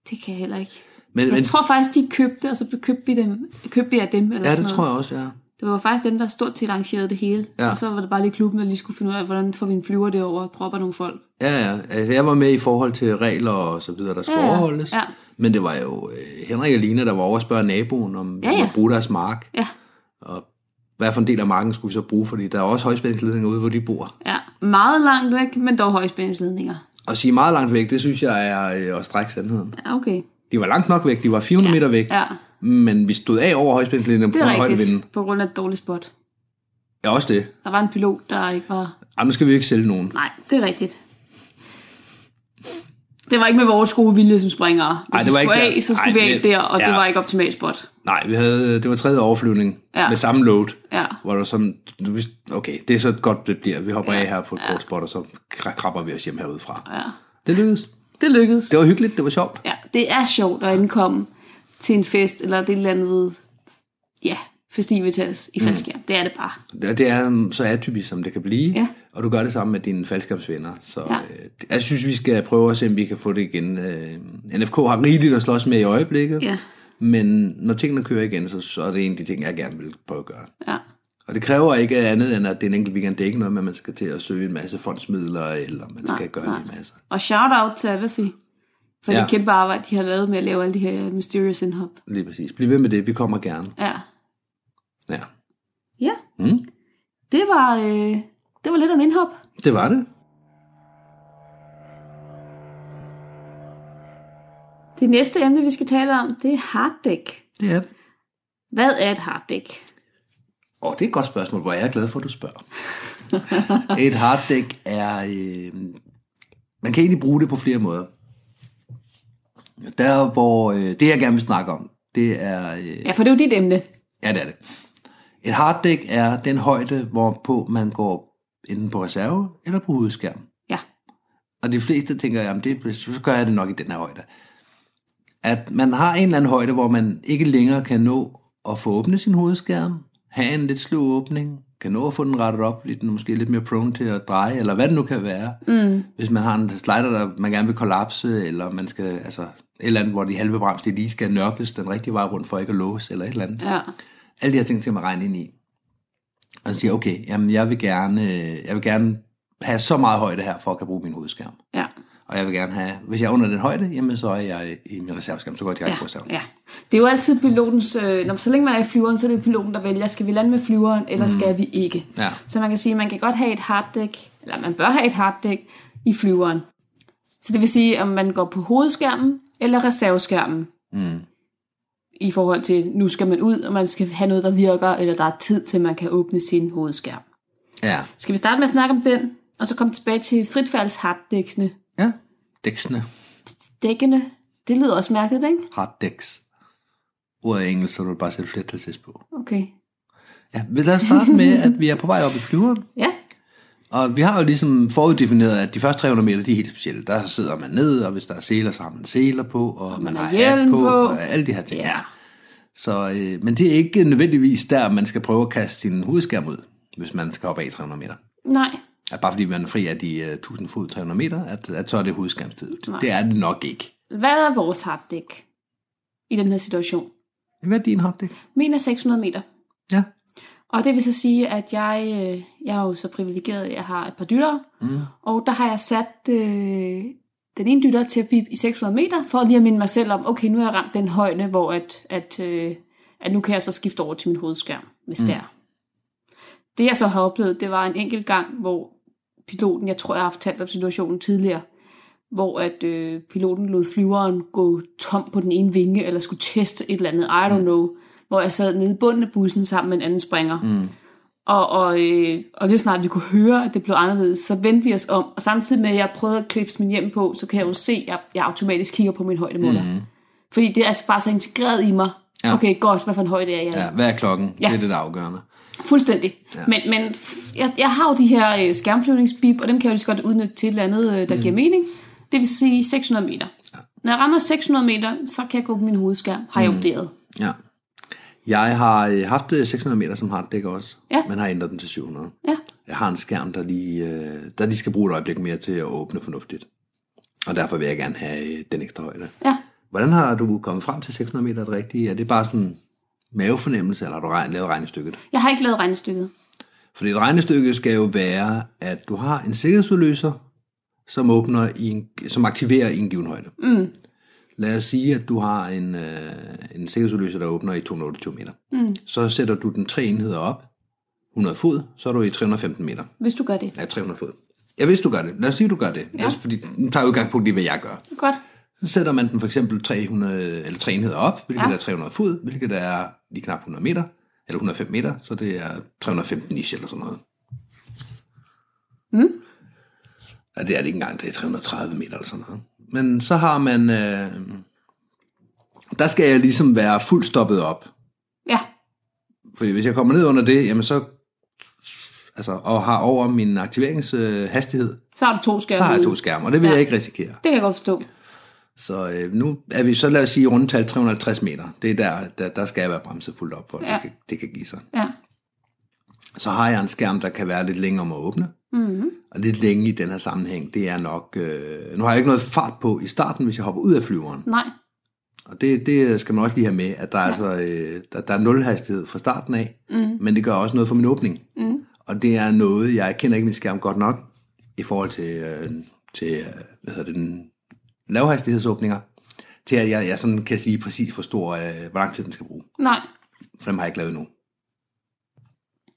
B: Det kan jeg heller ikke.
C: men,
B: Jeg
C: men,
B: tror faktisk, de købte, og så købte vi, dem, købte vi af dem. Eller
C: ja,
B: sådan
C: det
B: noget.
C: tror jeg også, ja.
B: Det var faktisk dem, der stort set arrangerede det hele.
C: Ja.
B: Ja. Og så var det bare lige klubben, der lige skulle finde ud af, hvordan får vi en flyver derover og dropper nogle folk.
C: Ja, ja. Altså, jeg var med i forhold til regler og så videre, der skulle
B: Ja,
C: ja,
B: ja.
C: overholdes.
B: Ja.
C: Men det var jo øh, Henrik og Lina, der var over og spørge naboen, om ja,
B: Ja,
C: ja.
B: ja.
C: om at bruge deres mark.
B: Ja,
C: Og hvad for en del af marken skulle vi så bruge, fordi der er også højspændingsledninger ude, hvor de bor.
B: ja. Meget langt væk, men dog højspændingsledninger.
C: Og sige meget langt væk, det synes jeg er øh, at strække sandheden.
B: Ja, okay.
C: De var langt nok væk, de var 400 ja. meter væk,
B: Ja,
C: men vi stod af over højspændingsledningen på
B: det
C: grund
B: er
C: af højdevinden.
B: rigtigt. På grund af et dårligt spot.
C: Ja, også det.
B: Der var en pilot, der ikke var...
C: Ej, nu skal vi ikke sælge nogen.
B: Nej, det er rigtigt. Det var ikke med vores gode vilje som springere. Hvis
C: Ej, det var
B: vi skulle
C: ikke der-
B: af, så skulle
C: Ej,
B: vi af
C: men-
B: der, og
C: ja.
B: det var ikke optimalt spot.
C: Nej, vi havde, det var tredje overflyvning ja.
B: Ja.
C: med samme load.
B: Ja.
C: Hvor der var sådan, du vidste, okay, det er så godt, det bliver. Vi hopper ja.
B: Ja.
C: af her på et ja. kort spot, og så kra- krabber vi os hjem herudefra.
B: ja.
C: Det lykkedes.
B: Det lykkedes.
C: Det var hyggeligt, det var sjovt.
B: Ja, det er sjovt at ankomme til en fest, eller det eller andet, ja, festivitas i faldskærm. Mm. Det er det bare.
C: Det det er så atypisk, som det kan blive.
B: Ja.
C: Og du gør det sammen med dine faldskabsvenner. Så
B: Ja.
C: øh, jeg synes, vi skal prøve at se, om vi kan få det igen. Øh, NFK har rigeligt at slås med i øjeblikket.
B: Ja.
C: Men når tingene kører igen, så, så er det en af de ting, jeg gerne vil prøve at gøre.
B: Ja,
C: Og det kræver ikke andet, end at det er en enkelt weekend. Det er ikke noget med, at man skal til at søge en masse fondsmidler, eller man skal gøre
B: nej.
C: en masse.
B: og shout-out til Avasi for
C: Ja.
B: ja. det kæmpe arbejde, de har lavet med at lave alle de her mysterious indhop.
C: Lige præcis. Bliv ved med det, vi kommer gerne.
B: Ja,
C: Ja.
B: ja.
C: Mm.
B: Det, var, øh, det var lidt om indhop.
C: Det var det.
B: Det næste emne, vi skal tale om, det er harddeck.
C: Det er det.
B: Hvad er et harddeck?
C: Åh, det er et godt spørgsmål, hvor jeg er glad for, at du spørger. et harddæk er... Øh, man kan egentlig bruge det på flere måder. Der, hvor... Øh, det, jeg gerne vil snakke om, det er... Øh,
B: Ja, for det er jo dit emne.
C: ja, det er det. Et harddæk er den højde, hvorpå man går enten på reserve eller på hovedskærm.
B: Ja,
C: Og de fleste tænker, jamen det, så gør jeg det nok i den her højde. At man har en eller anden højde, hvor man ikke længere kan nå at få åbnet sin hovedskærm, have en lidt sløv åbning, kan nå at få den rettet op, fordi den er måske lidt mere prone til at dreje, eller hvad det nu kan være. Mm. Hvis man har en slider, der man gerne vil kollapse, eller man skal, altså, et eller andet, hvor de halve bremser lige skal nørkles den rigtige vej rundt for ikke at låse, eller et eller andet.
B: ja,
C: Alle de her ting skal man regne ind i. Og så siger, okay, jamen jeg vil gerne, øh, jeg vil gerne have så meget højde her, for at kan bruge min hovedskærm.
B: ja.
C: Og jeg vil gerne have, hvis jeg er under den højde, jamen så er jeg i min reserveskærm, så går jeg direkte
B: Ja,
C: på reserven.
B: ja. Det er jo altid pilotens... Øh, når, så længe man er i flyveren, så er det piloten, der vælger, skal vi lande med flyveren, eller mm. skal vi ikke?
C: Ja.
B: Så man kan sige, at man kan godt have et harddæk, eller man bør have et harddæk i flyveren. Så det vil sige, om man går på hovedskærmen eller reserveskærmen. Mm. I forhold til, nu skal man ud, og man skal have noget, der virker, eller der er tid til, man kan åbne sin hovedskærm.
C: Ja.
B: Skal vi starte med at snakke om den, og så komme tilbage til fritfalds harddæksene.
C: ja. Dæksene.
B: Dækkene, det lyder også mærkeligt, ikke?
C: Hard dæks. Ordet er engelsk, så du vil bare sætte flertal sidst på.
B: Okay.
C: Ja, men lad os starte med, at vi er på vej op i flyveren.
B: Ja,
C: Og vi har jo ligesom foruddefineret, at de første 300 meter, de er helt specielle. Der sidder man ned, og hvis der er seler, så har man seler på, og, og man,
B: har
C: har
B: hjelm
C: hat på,
B: på.
C: og alle de her ting.
B: Ja.
C: Så, øh, men det er ikke nødvendigvis der, man skal prøve at kaste sin hovedskærm ud, hvis man skal op af i 300 meter.
B: nej,
C: at bare fordi man er fri af de uh, 1000 fod 300 meter, at, at så er det hovedskærmstid. Det er det nok ikke.
B: Hvad er vores harddæk i den her situation?
C: Hvad er din hotdæk?
B: Min er 600 meter.
C: Ja.
B: Og det vil så sige, at jeg, øh, jeg er jo så privilegeret, at jeg har et par dyttere. Mm. Og der har jeg sat øh, den ene dytter til at bippe i 600 meter, for lige at minde mig selv om, okay, nu har jeg ramt den højde, hvor at, at, øh, at nu kan jeg så skifte over til min hovedskærm, hvis mm. det er. Det jeg så har oplevet, det var en enkelt gang, hvor piloten, jeg tror, jeg har fortalt om situationen tidligere, hvor at øh, piloten lod flyveren gå tom på den ene vinge, eller skulle teste et eller andet, I don't know, hvor jeg sad nede i bunden af bussen sammen med en anden springer. Mm. Og, og, øh, og lige snart vi kunne høre, at det blev anderledes, så vendte vi os om, og samtidig med, at jeg prøvede at klipse min hjem på, så kan jeg jo se, at jeg, jeg automatisk kigger på min højdemåler. Mm. Fordi det er altså bare så integreret i mig.
C: Ja.
B: Ja. Okay, godt, hvad for en højde er jeg?
C: ja. Hvad er klokken? Ja.
B: Ja.
C: Det er det, der er afgørende.
B: Fuldstændig. Ja. Men, men f- jeg, jeg har jo de her øh, skærmflyvningsbip, og dem kan jeg jo lige så godt udnytte til et eller andet, øh, der mm. giver mening. Det vil sige 600 meter. Ja. Når jeg rammer 600 meter, så kan jeg gå på min hovedskærm, har
C: Mm.
B: jeg vurderet.
C: Ja. Jeg har øh, haft øh, 600 meter som harddæk også,
B: Ja.
C: men har ændret den til 700.
B: Ja,
C: Jeg har en skærm, der lige, øh, der lige skal bruge et øjeblik mere til at åbne fornuftigt. Og derfor vil jeg gerne have øh, den ekstra højde.
B: ja.
C: Hvordan har du kommet frem til 600 meter er det rigtige? Er det bare sådan mavefornemmelse, eller har du regn, lavet regnestykket?
B: Jeg har ikke lavet regnestykket.
C: Fordi et regnestykke skal jo være, at du har en sikkerhedsudløser, som, åbner i en, som aktiverer i en given højde.
B: Mm.
C: Lad os sige, at du har en, øh, en sikkerhedsudløser, der åbner i 228 meter.
B: Mm.
C: Så sætter du den tre enheder op, 100 fod, så er du i 315 meter.
B: Hvis du gør det.
C: Ja, 300 fod. Jeg vidste, du gør det. Lad os sige, du gør det. Ja. Lad os, fordi den tager udgangspunkt i, hvad jeg gør.
B: Godt.
C: Så sætter man den for eksempel 300, eller 3 enheder op, hvilket
B: Ja.
C: ja. er 300 fod, hvilket er lige knap 100 meter, eller 105 meter, så det er 315 ish eller sådan noget.
B: Mm.
C: Ja, det er det ikke engang, det er 330 meter eller sådan noget. Men så har man, øh, der skal jeg ligesom være fuldt stoppet op.
B: Ja.
C: Fordi hvis jeg kommer ned under det, jamen så, altså, og har over min aktiveringshastighed, øh, hastighed,
B: Så har du to skærme.
C: så har jeg to skærme, og det vil
B: Ja.
C: ja. jeg ikke risikere.
B: Det kan jeg godt forstå.
C: Så øh, nu er vi så, lad os sige, rundt tal 350 meter. Det er der, der, der skal jeg være bremset fuldt op for, at
B: Ja.
C: ja. det, kan, det kan give sig.
B: Ja.
C: Så har jeg en skærm, der kan være lidt længere om at åbne.
B: Mm.
C: Og lidt længe i den her sammenhæng, det er nok... Øh, nu har jeg ikke noget fart på i starten, hvis jeg hopper ud af flyveren.
B: Nej.
C: Og det, det skal man også lige have med, at der er, altså, øh, der, der er nul hastighed fra starten af, mm. men det gør også noget for min åbning.
B: Mm.
C: Og det er noget, jeg kender ikke min skærm godt nok i forhold til, øh, til øh, hvad hedder det, den lavhastighedsåbninger, til at jeg, jeg sådan kan sige præcis, hvor stor, øh, hvor lang tid den skal bruge.
B: Nej.
C: For dem har jeg ikke lavet nu.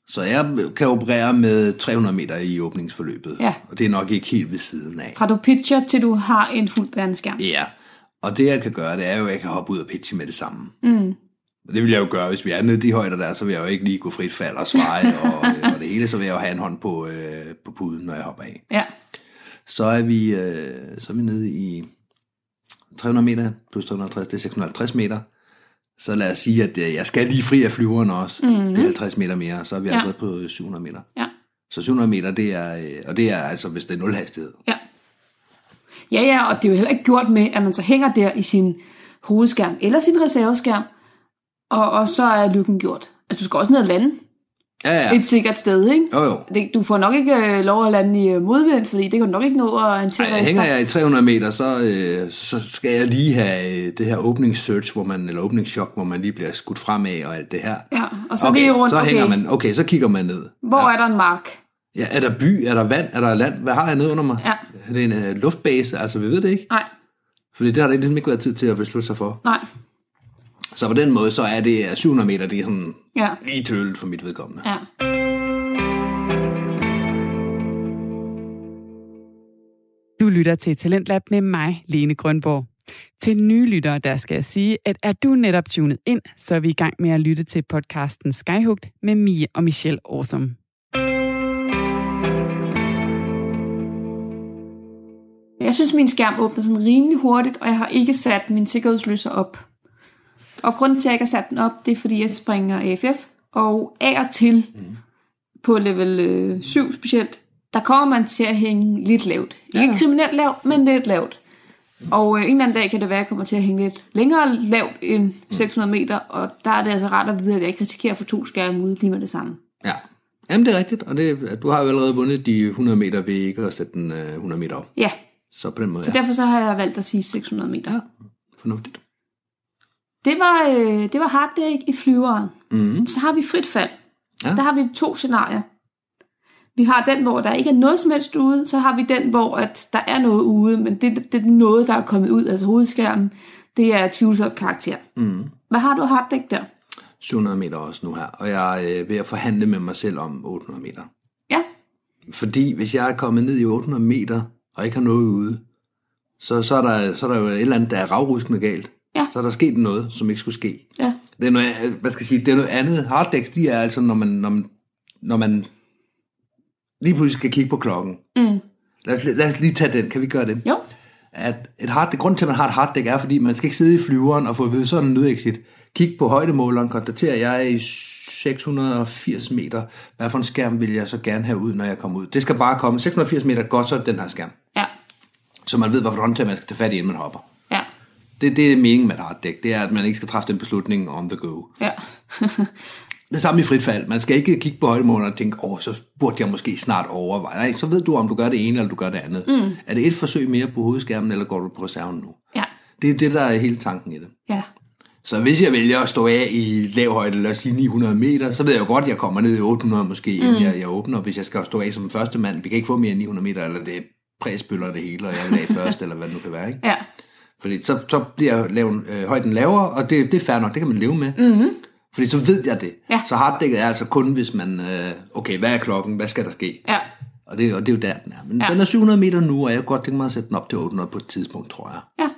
C: Så jeg kan operere med 300 meter i åbningsforløbet.
B: Ja.
C: Og det er nok ikke helt ved siden af.
B: Fra du pitcher, til du har en fuld skærm.
C: Ja. Og det jeg kan gøre, det er jo, at jeg kan hoppe ud og pitche med det samme.
B: Mm.
C: Og Det vil jeg jo gøre, hvis vi er nede i de højder der, så vil jeg jo ikke lige gå frit fald og sveje og, øh, og det hele, så vil jeg jo have en hånd på, øh, på puden, når jeg hopper af.
B: Ja.
C: Så er vi, øh, så er vi nede i 300 meter plus 350, det er 650 meter. Så lad os sige, at øh, jeg skal lige fri af flyveren også. Mm-hmm. Det er 50 meter mere, så er vi
B: Mhm. Ja.
C: allerede på 700 meter.
B: Ja.
C: Så 700 meter, det er, øh, og det er altså, hvis det er nul hastighed.
B: Ja. Ja, ja, og det er jo heller ikke gjort med, at man så hænger der i sin hovedskærm eller sin reserveskærm, og, og så er lykken gjort. Altså, du skal også ned og lande
C: Ja, ja.
B: ja. et sikkert sted, ikke?
C: Jo, jo.
B: Det, du får nok ikke øh, lov at lande i øh, modvind, fordi det kan du nok ikke nå at orientere
C: Ej,
B: dig
C: hænger
B: efter.
C: jeg i 300 meter, så, øh, så skal jeg lige have øh, det her opening search, hvor man, eller opening shock, hvor man lige bliver skudt fremad og alt det her.
B: Ja, og så
C: okay,
B: lige rundt,
C: så hænger
B: okay,
C: man, okay, så kigger man ned.
B: hvor er der en mark?
C: Ja, er der by, er der vand, er der land? Hvad har jeg nede under mig?
B: Ja.
C: Er det en øh, luftbase? Altså, vi ved det ikke.
B: Nej,
C: Fordi det har der ligesom ikke været tid til at beslutte sig for.
B: nej,
C: Så på den måde, så er det øh, 700 meter, det er sådan
B: ja,
C: lige tølet for mit vedkommende.
B: ja.
A: Du lytter til Talentlab med mig, Lene Grønborg. Til nye lyttere, der skal jeg sige, at er du netop tunet ind, så er vi i gang med at lytte til podcasten Skyhugt med Mie og Michelle Awesome.
B: Jeg synes, min skærm åbner sådan rimelig hurtigt, og jeg har ikke sat min sikkerhedsløser op. Og grunden til, at jeg ikke har sat den op, det er, fordi jeg springer AFF, og af og til mm. på level øh, 7 specielt, der kommer man til at hænge lidt lavt. Ja. Ikke kriminelt lavt, men lidt lavt. Og øh, en eller anden dag kan det være, at jeg kommer til at hænge lidt længere lavt end 600 meter, og der er det altså rart at vide, at jeg ikke risikerer at få to skærme ude lige med det samme.
C: Ja. Jamen, det er rigtigt, og det, du har jo allerede vundet de 100 meter ved ikke at sætte den øh, 100 meter op.
B: Ja,
C: Så på den måde,
B: så
C: ja.
B: derfor så har jeg valgt at sige 600 meter. Ja.
C: Fornuftigt.
B: Det var, øh, det var hard day i flyveren.
C: Mm-hmm.
B: Så har vi frit fald. Ja.
C: Ja.
B: Der har vi to scenarier. Vi har den, hvor der ikke er noget som helst ude, så har vi den, hvor at der er noget ude, men det, det er noget, der er kommet ud, altså hovedskærmen, det er tvivlsomt karakter.
C: Mm-hmm.
B: Hvad har du af harddæk der?
C: 700 meter også nu her, og jeg øh, er ved at forhandle med mig selv om 800 meter.
B: Ja,
C: Fordi hvis jeg er kommet ned i 800 meter, og ikke har noget ude, så, så, er, der, så er der jo et eller andet, der er ravruskende galt.
B: Ja.
C: Så er der sket noget, som ikke skulle ske.
B: ja,
C: Det er noget, øh, hvad skal jeg sige, det er noget andet. Harddæks, de er altså, når man, når man, når man lige pludselig skal kigge på klokken.
B: Mm.
C: Lad, os, lad os lige tage den, kan vi gøre det?
B: jo,
C: At et hard, grund til, at man har et harddæk, er, fordi man skal ikke sidde i flyveren og få at vide sådan en nødexit. Kig på højdemåleren, konstaterer jeg er i 680 meter. Hvad for en skærm vil jeg så gerne have ud, når jeg kommer ud? Det skal bare komme 680 meter godt, så er det den her skærm.
B: ja,
C: Så man ved, hvilket håndtag man skal tage fat i, inden man hopper.
B: ja,
C: Det, det er meningen med et harddæk. Det er, at man ikke skal træffe den beslutning on the go.
B: ja,
C: Det samme i frit fald. Man skal ikke kigge på højdemåleren og tænke, åh, så burde jeg måske snart overveje. Nej, så ved du, om du gør det ene eller du gør det andet. Mm. Er det et forsøg mere på hovedskærmen, eller går du på reserven nu?
B: ja,
C: Det er det, der er hele tanken i det.
B: ja,
C: Så hvis jeg vælger at stå af i lav højde, lad os sige 900 meter, så ved jeg jo godt, at jeg kommer ned i 800 måske, inden mm. jeg, jeg åbner. Hvis jeg skal stå af som første mand, vi kan ikke få mere end 900 meter, eller det er præsbøller det hele, og jeg vil af først, eller hvad det nu kan være. Ikke?
B: Ja.
C: Fordi så, så bliver laven, øh, højden lavere, og det, det er fair nok, det kan man leve med. Mm-hmm. Fordi så ved jeg det.
B: Mhm. Ja.
C: Så harddækket er altså kun, hvis man, øh, okay, hvad er klokken, hvad skal der ske?
B: Ja.
C: Og det, og det er jo der, den er. Men
B: Ja.
C: ja. den er 700 meter nu, og jeg kunne godt tænke mig at sætte den op til 800 på et tidspunkt, tror jeg.
B: ja.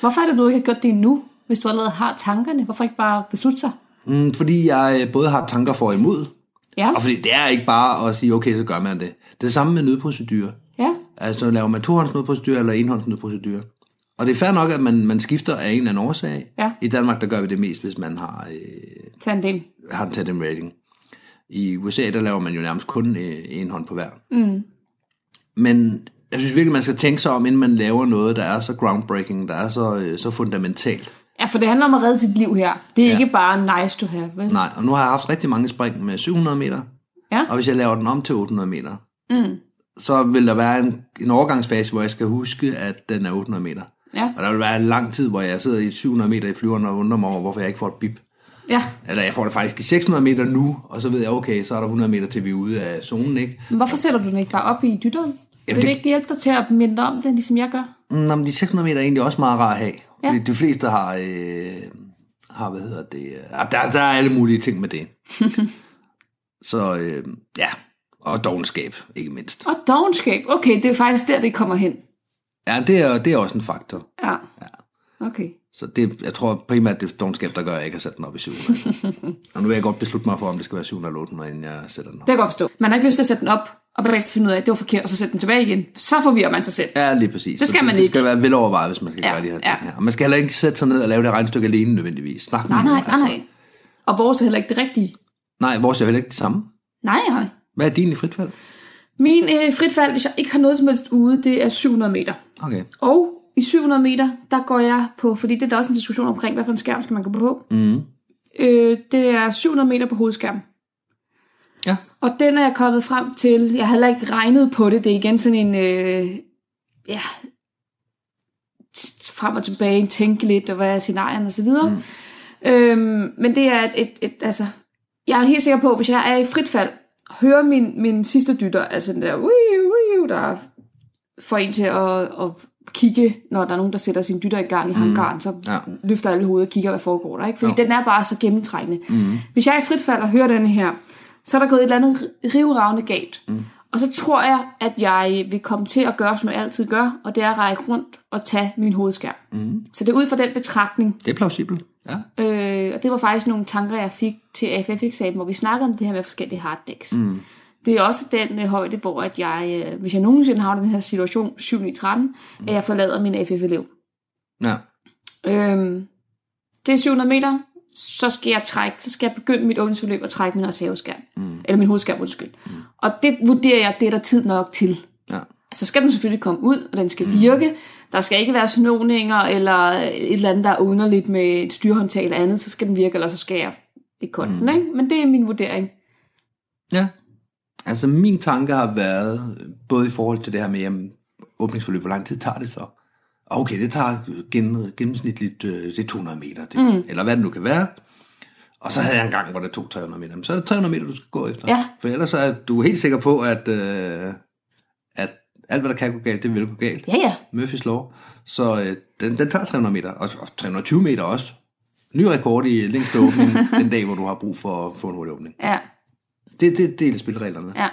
B: Hvorfor er det, du ikke har gjort det endnu, hvis du allerede har tankerne? Hvorfor ikke bare beslutte sig?
C: Mm, fordi jeg øh, både har tanker for og imod,
B: Ja.
C: og fordi det er ikke bare at sige, okay, så gør man det. Det er samme med nødprocedurer.
B: Ja.
C: Altså laver man tohåndsnødprocedurer eller enhåndsnødprocedurer. Og det er fair nok, at man, man skifter af en eller anden årsag.
B: Ja.
C: I Danmark, der gør vi det mest, hvis man har, øh,
B: Tag en del.
C: har en tandem rating. I USA, der laver man jo nærmest kun øh, en hånd på hver. Mm. Men jeg synes virkelig, man skal tænke sig om, inden man laver noget, der er så groundbreaking, der er så, øh, så fundamentalt.
B: Ja, for det handler om at redde sit liv her. Det er ja.
C: Ja.
B: ikke bare nice to have, vel?
C: Nej, og nu har jeg haft rigtig mange spring med 700 meter,
B: Ja.
C: og hvis jeg laver den om til 800 meter, mm. så vil der være en, en overgangsfase, hvor jeg skal huske, at den er 800 meter.
B: Ja.
C: Og der vil være en lang tid, hvor jeg sidder i 700 meter i flyveren og undrer mig over, hvorfor jeg ikke får et bip.
B: Ja.
C: Eller jeg får det faktisk i 600 meter nu, og så ved jeg, okay, så er der 100 meter til vi er ude af zonen, ikke?
B: Men hvorfor sætter du den ikke bare op i dytteren? Vil det
C: det-
B: ikke hjælpe dig til at minde dig om det, ligesom jeg gør?
C: Mm, Nå, men de 600 meter er egentlig også meget rart at have.
B: Ja.
C: Fordi de fleste har, øh, har hvad hedder det, øh, ah, der, der er alle mulige ting med det. så øh, ja, og dogenskab, ikke mindst.
B: Og dogenskab. Okay, det er faktisk der, det kommer hen.
C: Ja, det er, det er også en faktor.
B: Ja. ja. Okay.
C: Så det, jeg tror primært, det er dogenskab, der gør, at jeg ikke har sat den op i 700. og nu vil jeg godt beslutte mig for, om det skal være 700 eller 800, inden jeg sætter den op.
B: Det kan jeg godt forstå. Man har ikke lyst til at sætte den op, og bagefter finde ud af, at det var forkert, og så sætte den tilbage igen. Så forvirrer man sig selv.
C: Ja, lige præcis.
B: Det skal
C: Så
B: man
C: det,
B: ikke.
C: Det skal være velovervejet, hvis man skal
B: Ja,
C: ja, gøre de her
B: ja.
C: ting her. Og man skal heller ikke sætte sig ned og lave det regnestykke alene nødvendigvis. Snak med
B: Nej,
C: nogen,
B: nej, nej, nej. Og vores er heller ikke det rigtige.
C: Nej, vores er heller ikke det samme.
B: Nej, nej.
C: Hvad er din i fritfald?
B: Min øh, fritfald, hvis jeg ikke har noget som helst ude, det er 700 meter.
C: Okay.
B: Og i 700 meter, der går jeg på, fordi det er der også en diskussion omkring, hvad for en skærm skal man gå på.
C: Mm.
B: Øh, det er 700 meter på hovedskærmen.
C: Ja.
B: Og den er jeg kommet frem til. Jeg har heller ikke regnet på det. Det er igen sådan en, øh, ja, t- frem og tilbage, tænke lidt, og hvad er scenarierne osv. Mm. Øhm, men det er et, et, et, altså, jeg er helt sikker på, hvis jeg er i frit fald, hører min, min sidste dytter, altså den der, ui, ui, der får en til at, at kigge, når der er nogen, der sætter sin dytter i gang i hangaren, så
C: Ja.
B: løfter alle hovedet og kigger, hvad foregår der. Ikke? Fordi den er bare så gennemtrængende. Mm. Hvis jeg er i frit fald og hører den her, så er der gået et eller andet rivravne galt. Mm. Og så tror jeg, at jeg vil komme til at gøre, som jeg altid gør, og det er at række rundt og tage min hovedskærm. Mm. Så det er ud fra den betragtning.
C: Det er plausibelt. Ja.
B: Øh, og det var faktisk nogle tanker, jeg fik til AFF-eksamen, hvor vi snakkede om det her med forskellige harddæks. Mm. Det er også den øh, højde, hvor at jeg, øh, hvis jeg nogensinde har den her situation, 7-13, at jeg forlader min AFF-elev.
C: ja.
B: Øhm, det er 700 meter, så skal jeg trække, så skal jeg begynde mit åbningsforløb og trække min reserveskærm. Mm. Eller min hovedskærm, undskyld. Mm. Og det vurderer jeg, det er der tid nok til.
C: ja.
B: Så skal den selvfølgelig komme ud, og den skal virke. Der skal ikke være snåninger, eller øh, et eller andet, der er underligt med et styrhåndtag eller andet, så skal den virke, eller så skal jeg ikke kolde mm. den, ikke? Men det er min vurdering.
C: Ja. Altså min tanke har været, øh, både i forhold til det her med jamen, åbningsforløb, hvor lang tid tager det så? Og Okay, det tager gen, gennemsnitligt øh, det er 200 meter, det, mm. eller hvad det nu kan være. Og så havde jeg en gang, hvor det tog 300 meter. Men så er det 300 meter, du skal gå efter.
B: Ja.
C: For ellers er du helt sikker på, at, øh, at alt, hvad der kan gå galt, det vil gå galt.
B: Ja, ja.
C: Murphys lov. Så øh, den, den tager 300 meter, og, og 320 meter også. Ny rekord i længste åbning, den dag, hvor du har brug for at få en hurtig åbning.
B: Ja,
C: Det, det, det er spillereglerne.
B: ja,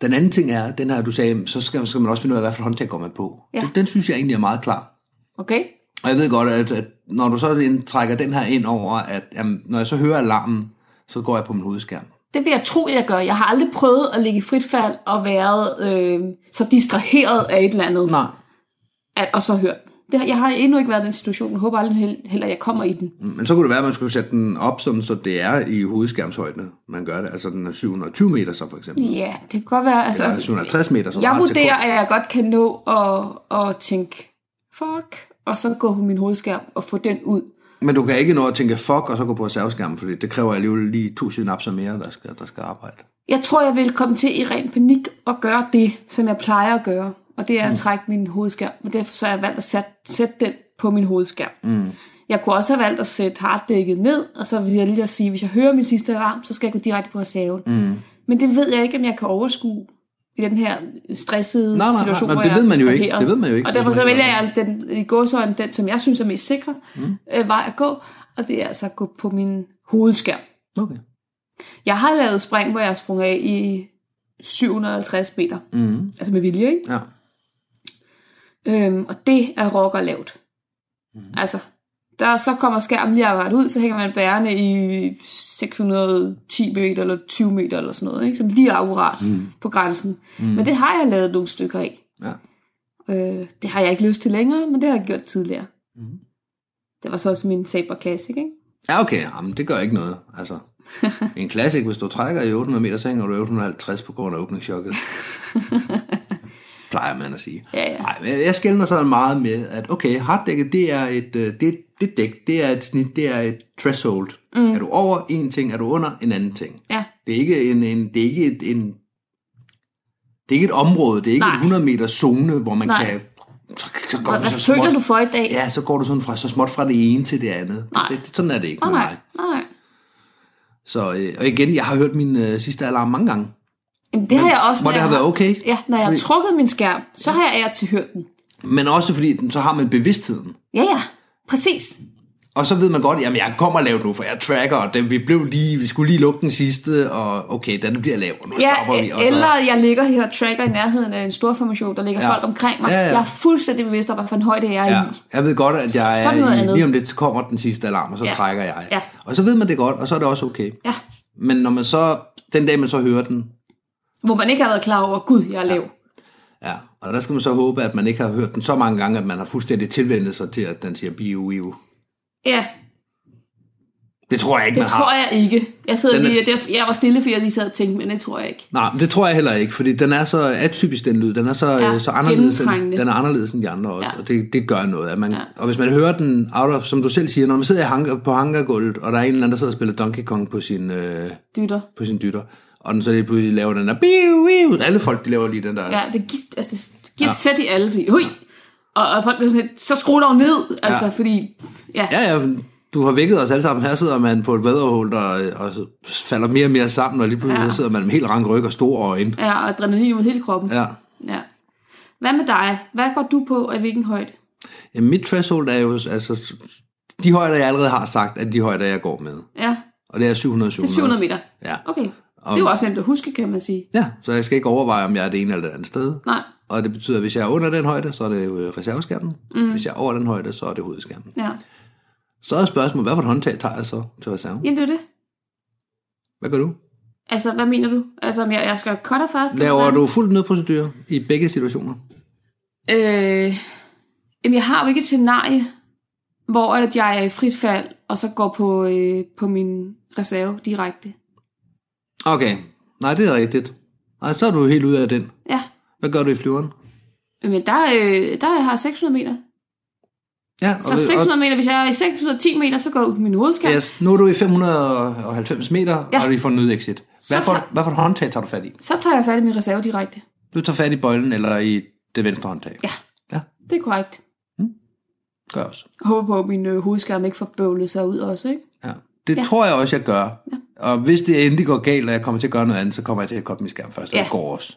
C: Den anden ting er, den her, du sagde, så skal, skal man også finde ud af, hvad for et håndtag går man på.
B: Ja.
C: Den, den synes jeg egentlig er meget klar.
B: okay.
C: Og jeg ved godt, at, at når du så ind- trækker den her ind over, at jamen, når jeg så hører alarmen, så går jeg på min hovedskærm.
B: Det vil jeg tro, jeg gør. Jeg har aldrig prøvet at ligge i frit fald og været øh, så distraheret af et eller andet.
C: Nej.
B: at, og så hørt den. Det, har- jeg har endnu ikke været i den situation, og håber aldrig hel- heller, at jeg kommer i den.
C: Men så kunne det være, at man skulle sætte den op, sådan, så det er i hovedskærmshøjden, man gør det. Altså den er 720 meter så for eksempel.
B: Ja, det kan godt være. Altså,
C: Eller 750 meter. Så
B: jeg
C: meget til
B: vurderer,
C: kort.
B: at jeg godt kan nå at, at tænke, fuck, og så gå på min hovedskærm og få den ud.
C: Men du kan ikke nå at tænke fuck, og så gå på reserveskærmen, fordi det kræver alligevel lige to synapser mere, der skal, der skal arbejde.
B: Jeg tror, jeg vil komme til i ren panik at gøre det, som jeg plejer at gøre. Og det er at trække min hovedskærm. Og derfor så har jeg valgt at sætte, sætte den på min hovedskærm. Mm. Jeg kunne også have valgt at sætte harddækket ned, og så ville jeg lige at sige, at hvis jeg hører min sidste alarm, så skal jeg gå direkte på reserven.
C: Mm.
B: Men det ved jeg ikke, om jeg kan overskue i den her stressede
C: Nej, nej,
B: situation,
C: nej, men
B: hvor
C: det
B: jeg er
C: ved man jo ikke.
B: distraheret.
C: Det ved man jo ikke,
B: Og derfor
C: hvis
B: så
C: man
B: vælger
C: ikke
B: jeg den, i gåsøjne den, som jeg synes er mest sikre mm. øh, vej at gå, og det er altså at gå på min hovedskærm.
C: Okay.
B: Jeg har lavet spring, hvor jeg har sprunget af i 750 meter.
C: Mm.
B: Altså med vilje, ikke?
C: Ja.
B: Øhm, og det er rocker lavt. Mm.
C: Mhm.
B: Altså, der så kommer skærmen lige arbejdet ud, så hænger man bærende i 610 meter eller 20 meter eller sådan noget, ikke? Sådan lige akkurat
C: Mhm.
B: mm. på grænsen. Mm. Men det har jeg lavet nogle stykker af.
C: ja.
B: Øh, det har jeg ikke lyst til længere, men det har jeg gjort tidligere.
C: Mhm.
B: Det var så også min Saber Classic, ikke?
C: Ja, okay, jamen, det gør ikke noget. Altså, en klassik, hvis du trækker i 800 meter, så hænger du i 850 på grund af åbningschokket. Plejer man at sige.
B: Ja, ja.
C: Nej, men jeg skældner sådan meget med, at okay, harddækket, det er et, øh, det, det dæk, det er et snit, det er et threshold. Mm. Er du over en ting, er du under en anden ting.
B: Ja,
C: Det er ikke en, en det er ikke et, en, det er ikke et område, det er ikke
B: Nej.
C: en 100 meter zone, hvor man
B: Nej.
C: kan... Så, så går
B: og
C: du
B: hvad
C: så
B: føler
C: småt-
B: du for i dag?
C: Ja, så går du sådan fra, så småt fra det ene til det andet.
B: Nej.
C: Det, det, sådan er det ikke
B: nej,
C: med mig.
B: nej, nej.
C: Så, øh, og igen, jeg har hørt min øh, sidste alarm mange gange.
B: Jamen, det har jeg også...
C: hvor
B: når
C: det
B: jeg
C: har været okay.
B: Ja, når jeg har
C: Fordi-
B: trukket min skærm, så har jeg af og til hørt den.
C: Men også fordi, den, så har man bevidstheden.
B: Ja, ja, præcis.
C: Og så ved man godt, jamen jeg kommer lavt nu, for jeg tracker, og den, vi, blev lige, vi skulle lige lukke den sidste, og okay, den bliver lav, og nu
B: Ja,
C: stopper vi. Og
B: eller jeg ligger her og tracker i nærheden af en stor formation, der ligger
C: Ja.
B: ja. folk omkring mig.
C: Ja,
B: Ja,
C: ja.
B: ja. Jeg er fuldstændig bevidst om, hvad for en højde jeg er
C: Ja,
B: i.
C: jeg ved godt, at jeg
B: Sådan noget
C: er i,
B: andet.
C: lige om lidt så kommer den sidste alarm, og så ja.
B: Ja.
C: trækker jeg.
B: Ja.
C: Og så ved man det godt, og så er det også okay.
B: Ja.
C: Men når man så, den dag man så hører den,
B: Hvor man ikke har været klar over, gud, jeg er lav.
C: ja, og der skal man så håbe, at man ikke har hørt den så mange gange, at man har fuldstændig tilvendet sig til, at den siger biu, iu.
B: Ja,
C: Det tror jeg ikke,
B: det
C: man har.
B: tror jeg ikke. Jeg, sidder
C: Den er-
B: lige, der, jeg var stille, fordi jeg lige sad og tænkte, men det tror jeg ikke.
C: Nej, men det tror jeg heller ikke, fordi den er så atypisk, den lyd. Den er så,
B: Ja,
C: ja, så anderledes, end,
B: gennemtrængende.
C: den er anderledes end de andre også, ja.
B: Ja.
C: og det, det gør noget. At man, ja. Og hvis man hører den, out of, som du selv siger, når man sidder i hangar, på hangargulvet, og der er en eller anden, der sidder og spiller Donkey Kong på sin, øh,
B: Dytter.
C: på sin dytter, og den så lige pludselig laver den der, biu, biu, alle folk de laver lige den der.
B: Ja, det giver, altså, det giver ja. et sæt i alle, fordi, hui, og, og folk bliver sådan lidt, så skru dog ned, altså,
C: Ja.
B: ja. fordi, ja, ja.
C: ja, ja du har vækket os alle sammen. Her sidder man på et vaderhul, der og så falder mere og mere sammen, og lige pludselig ja.
B: Ja.
C: så sidder man med helt rank ryg og store øjne.
B: ja og adrenalin ud hele kroppen. Ja.
C: Ja.
B: ja. Hvad med dig? Hvad går du på, og i hvilken højde?
C: ja. Mit threshold er jo, altså, de højder, jeg allerede har sagt, at de højder, jeg går med.
B: Ja,
C: Og det er 700
B: det er 700 meter.
C: Ja.
B: Okay, det er jo også nemt at huske, kan man sige.
C: ja, så jeg skal ikke overveje, om jeg er det ene eller det andet sted.
B: Nej,
C: Og det betyder, at hvis jeg er under den højde, så er det jo øh, reserveskærmen. Mm. Hvis jeg er over den højde, så er det hovedskærmen.
B: ja.
C: Så er spørgsmålet, hvad for et håndtag tager jeg så til reserven?
B: Jamen, det er det.
C: Hvad gør du?
B: Altså, hvad mener du? Altså, om jeg, jeg skal cutter først? eller
C: Laver
B: hvad?
C: du fuldt nødprocedurer i begge situationer?
B: Øh, jamen, jeg har jo ikke et scenarie, hvor at jeg er i frit fald, og så går på, øh, på min reserve direkte.
C: Okay, nej, det er rigtigt. Nej, så er du helt ude af den.
B: Ja,
C: Hvad gør du i flyveren?
B: men der, øh, der har jeg 600 meter.
C: Ja,
B: Så 600 meter, hvis jeg er i 610 meter, så går jeg ud på min hovedskærm. Yes.
C: yes, nu er du i 590 meter, ja.
B: Ja.
C: og du får nødexit. Hvad
B: Så
C: for,
B: tager-
C: hvad for et håndtag tager du fat i?
B: Så tager jeg fat i min reserve direkte.
C: Du tager fat i bøjlen eller i det venstre håndtag?
B: Ja.
C: Ja,
B: Det er korrekt.
C: gør jeg også.
B: Jeg håber på, at min øh, hovedskærm ikke får bøvlet sig ud også, ikke?
C: Ja. Det ja. tror jeg også, jeg gør. Ja. Og hvis det endelig går galt, og jeg kommer til at gøre noget andet, så kommer jeg til at koppe min skærm først, og
B: Ja.
C: det går også.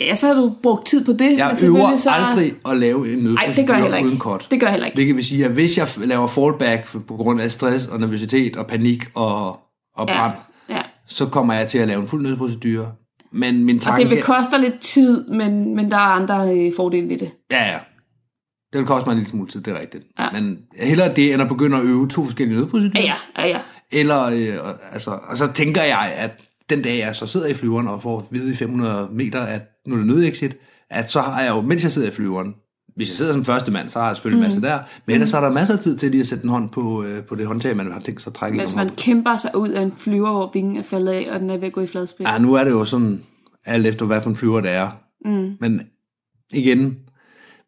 B: Ja, så har du brugt tid på det.
C: Jeg
B: selvfølgelig
C: øver så... aldrig at lave en
B: Nej, det gør jeg heller
C: nødprocedur
B: ikke.
C: uden kort.
B: Det gør jeg heller ikke.
C: Hvilket vil sige, at hvis jeg laver fallback på grund af stress og nervøsitet og panik og, og
B: Ja,
C: brand,
B: ja.
C: så kommer jeg til at lave en fuld nødprocedure. Men min
B: Og
C: tanke...
B: det vil koste lidt tid, men, men der er andre øh, fordele ved det.
C: Ja, ja. Det vil koste mig en lille smule tid, det er rigtigt.
B: Ja.
C: Men hellere det, end at begynde at øve to forskellige nødprocedurer.
B: Ja, ja, ja. ja.
C: Eller, øh, og- altså, og så tænker jeg, at den dag, jeg så sidder i flyveren og får at vide i 500 meter, at nu er det nødexit, at så har jeg jo, mens jeg sidder i flyveren, hvis jeg sidder som første mand, så har jeg selvfølgelig mm. masse der, men ellers er der masser af tid til lige at sætte en hånd på, øh, på det håndtag, man har tænkt sig at trække
B: Hvis
C: lidt
B: man kæmper sig ud af en flyver, hvor vingen er faldet af, og den er ved at gå i fladspil.
C: Ja, nu er det jo sådan, alt efter hvad for en flyver det er. Mm. Men igen,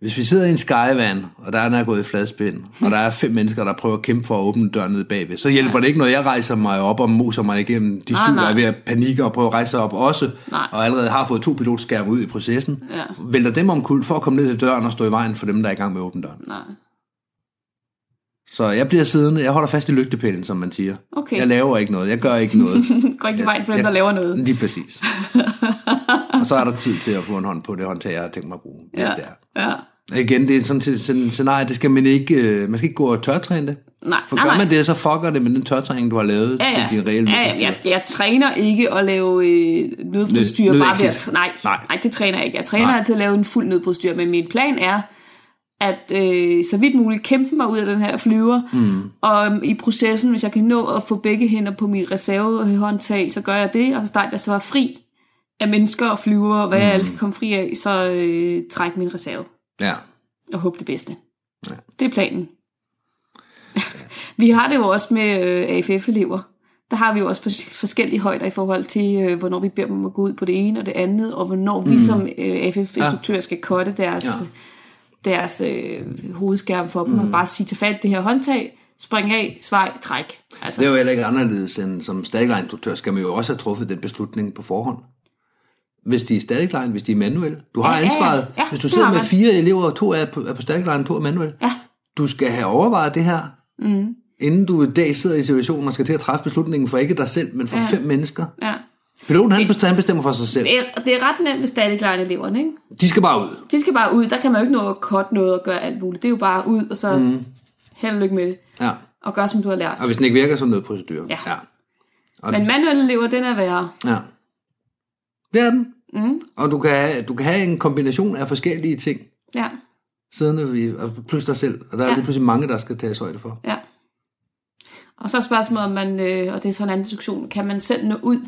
C: hvis vi sidder i en skyvan, og der er den er gået i fladspind, og der er fem mennesker, der prøver at kæmpe for at åbne døren nede bagved, så hjælper ja. det ikke, når jeg rejser mig op og moser mig igennem de
B: Nej,
C: syv, der
B: nej.
C: er ved at panikke og prøve at rejse sig op også,
B: Nej.
C: og allerede har fået to pilotskærme ud i processen,
B: Ja.
C: vælter dem omkuld for at komme ned til døren og stå i vejen for dem, der er i gang med at åbne døren.
B: Nej.
C: Så jeg bliver siddende, jeg holder fast i lygtepælen, som man siger.
B: Okay.
C: Jeg laver ikke noget, jeg gør ikke noget.
B: Går ikke i vejen for dem, der laver noget.
C: Lige præcis. og så er der tid til at få en hånd på det håndtag, jeg har tænkt mig at bruge, hvis det er.
B: Ja.
C: Igen, det er sådan et sådan et scenarie, det skal man ikke, øh, man skal ikke gå og tørtræne det.
B: Nej,
C: For
B: nej,
C: gør
B: nej.
C: man det, så fucker det med den tørtræning, du har lavet
B: Ja, ja.
C: til din reelle
B: ja, ja. Jeg, jeg træner ikke at lave øh, nødbrudstyr
C: Nød-
B: bare ved at...
C: nødexit.
B: Nej,
C: Nej.
B: nej, det træner jeg ikke. Jeg træner
C: Nej.
B: til at lave en fuld nødbrudstyr, men min plan er at øh, så vidt muligt kæmpe mig ud af den her flyver, mm. og øhm, i processen, hvis jeg kan nå at få begge hænder på min reservehåndtag, så gør jeg det, og så starter jeg så er fri af mennesker og flyver, og hvad mm. jeg ellers kan komme fri af, så øh, træk min reserve
C: Ja.
B: og håbe det bedste. Ja. Det er planen. vi har det jo også med øh, AFF-elever. Der har vi jo også fors- forskellige højder i forhold til, øh, hvornår vi beder dem at gå ud på det ene og det andet, og hvornår mm. vi som øh, AFF-instruktører skal kotte deres, ja. deres øh, hovedskærm for dem, mm. og bare sige, til fat i det her håndtag, spring af, svej, træk. Altså,
C: Det er jo heller ikke anderledes end som statikline-instruktør, skal man jo også have truffet den beslutning på forhånd. Hvis de er statikline, hvis de er manuel. Du har
B: Ja, ja, ja.
C: ansvaret.
B: Ja,
C: hvis du
B: det
C: sidder
B: har
C: med
B: man.
C: fire elever, og to er på, er på statikline, to er manuel.
B: Ja.
C: Du skal have overvejet det her, mm. inden du i dag sidder i situationen, man skal til at træffe beslutningen for ikke dig selv, men for ja. fem mennesker.
B: ja.
C: Piloten han bestemmer, han bestemmer for sig selv.
B: Det er, det er ret nemt med static eleverne ikke?
C: De skal bare ud.
B: De skal bare ud, der kan man jo ikke nå at kotte noget og gøre alt muligt. Det er jo bare ud, og så mm. held og lykke med det,
C: Ja.
B: og gør som du har lært.
C: Og hvis den ikke virker, så er det noget procedur.
B: Ja.
C: ja.
B: Men manuelle elever, den er værre.
C: Ja. Det er den. Mm. Og du kan, have, du kan have en kombination af forskellige ting,
B: Ja,
C: siddende ved- og plus dig selv. Og der er
B: Ja.
C: lige pludselig mange, der skal tages højde for.
B: ja. Og så er spørgsmålet, om man, øh, og det er sådan en anden diskussion, kan man selv nå ud?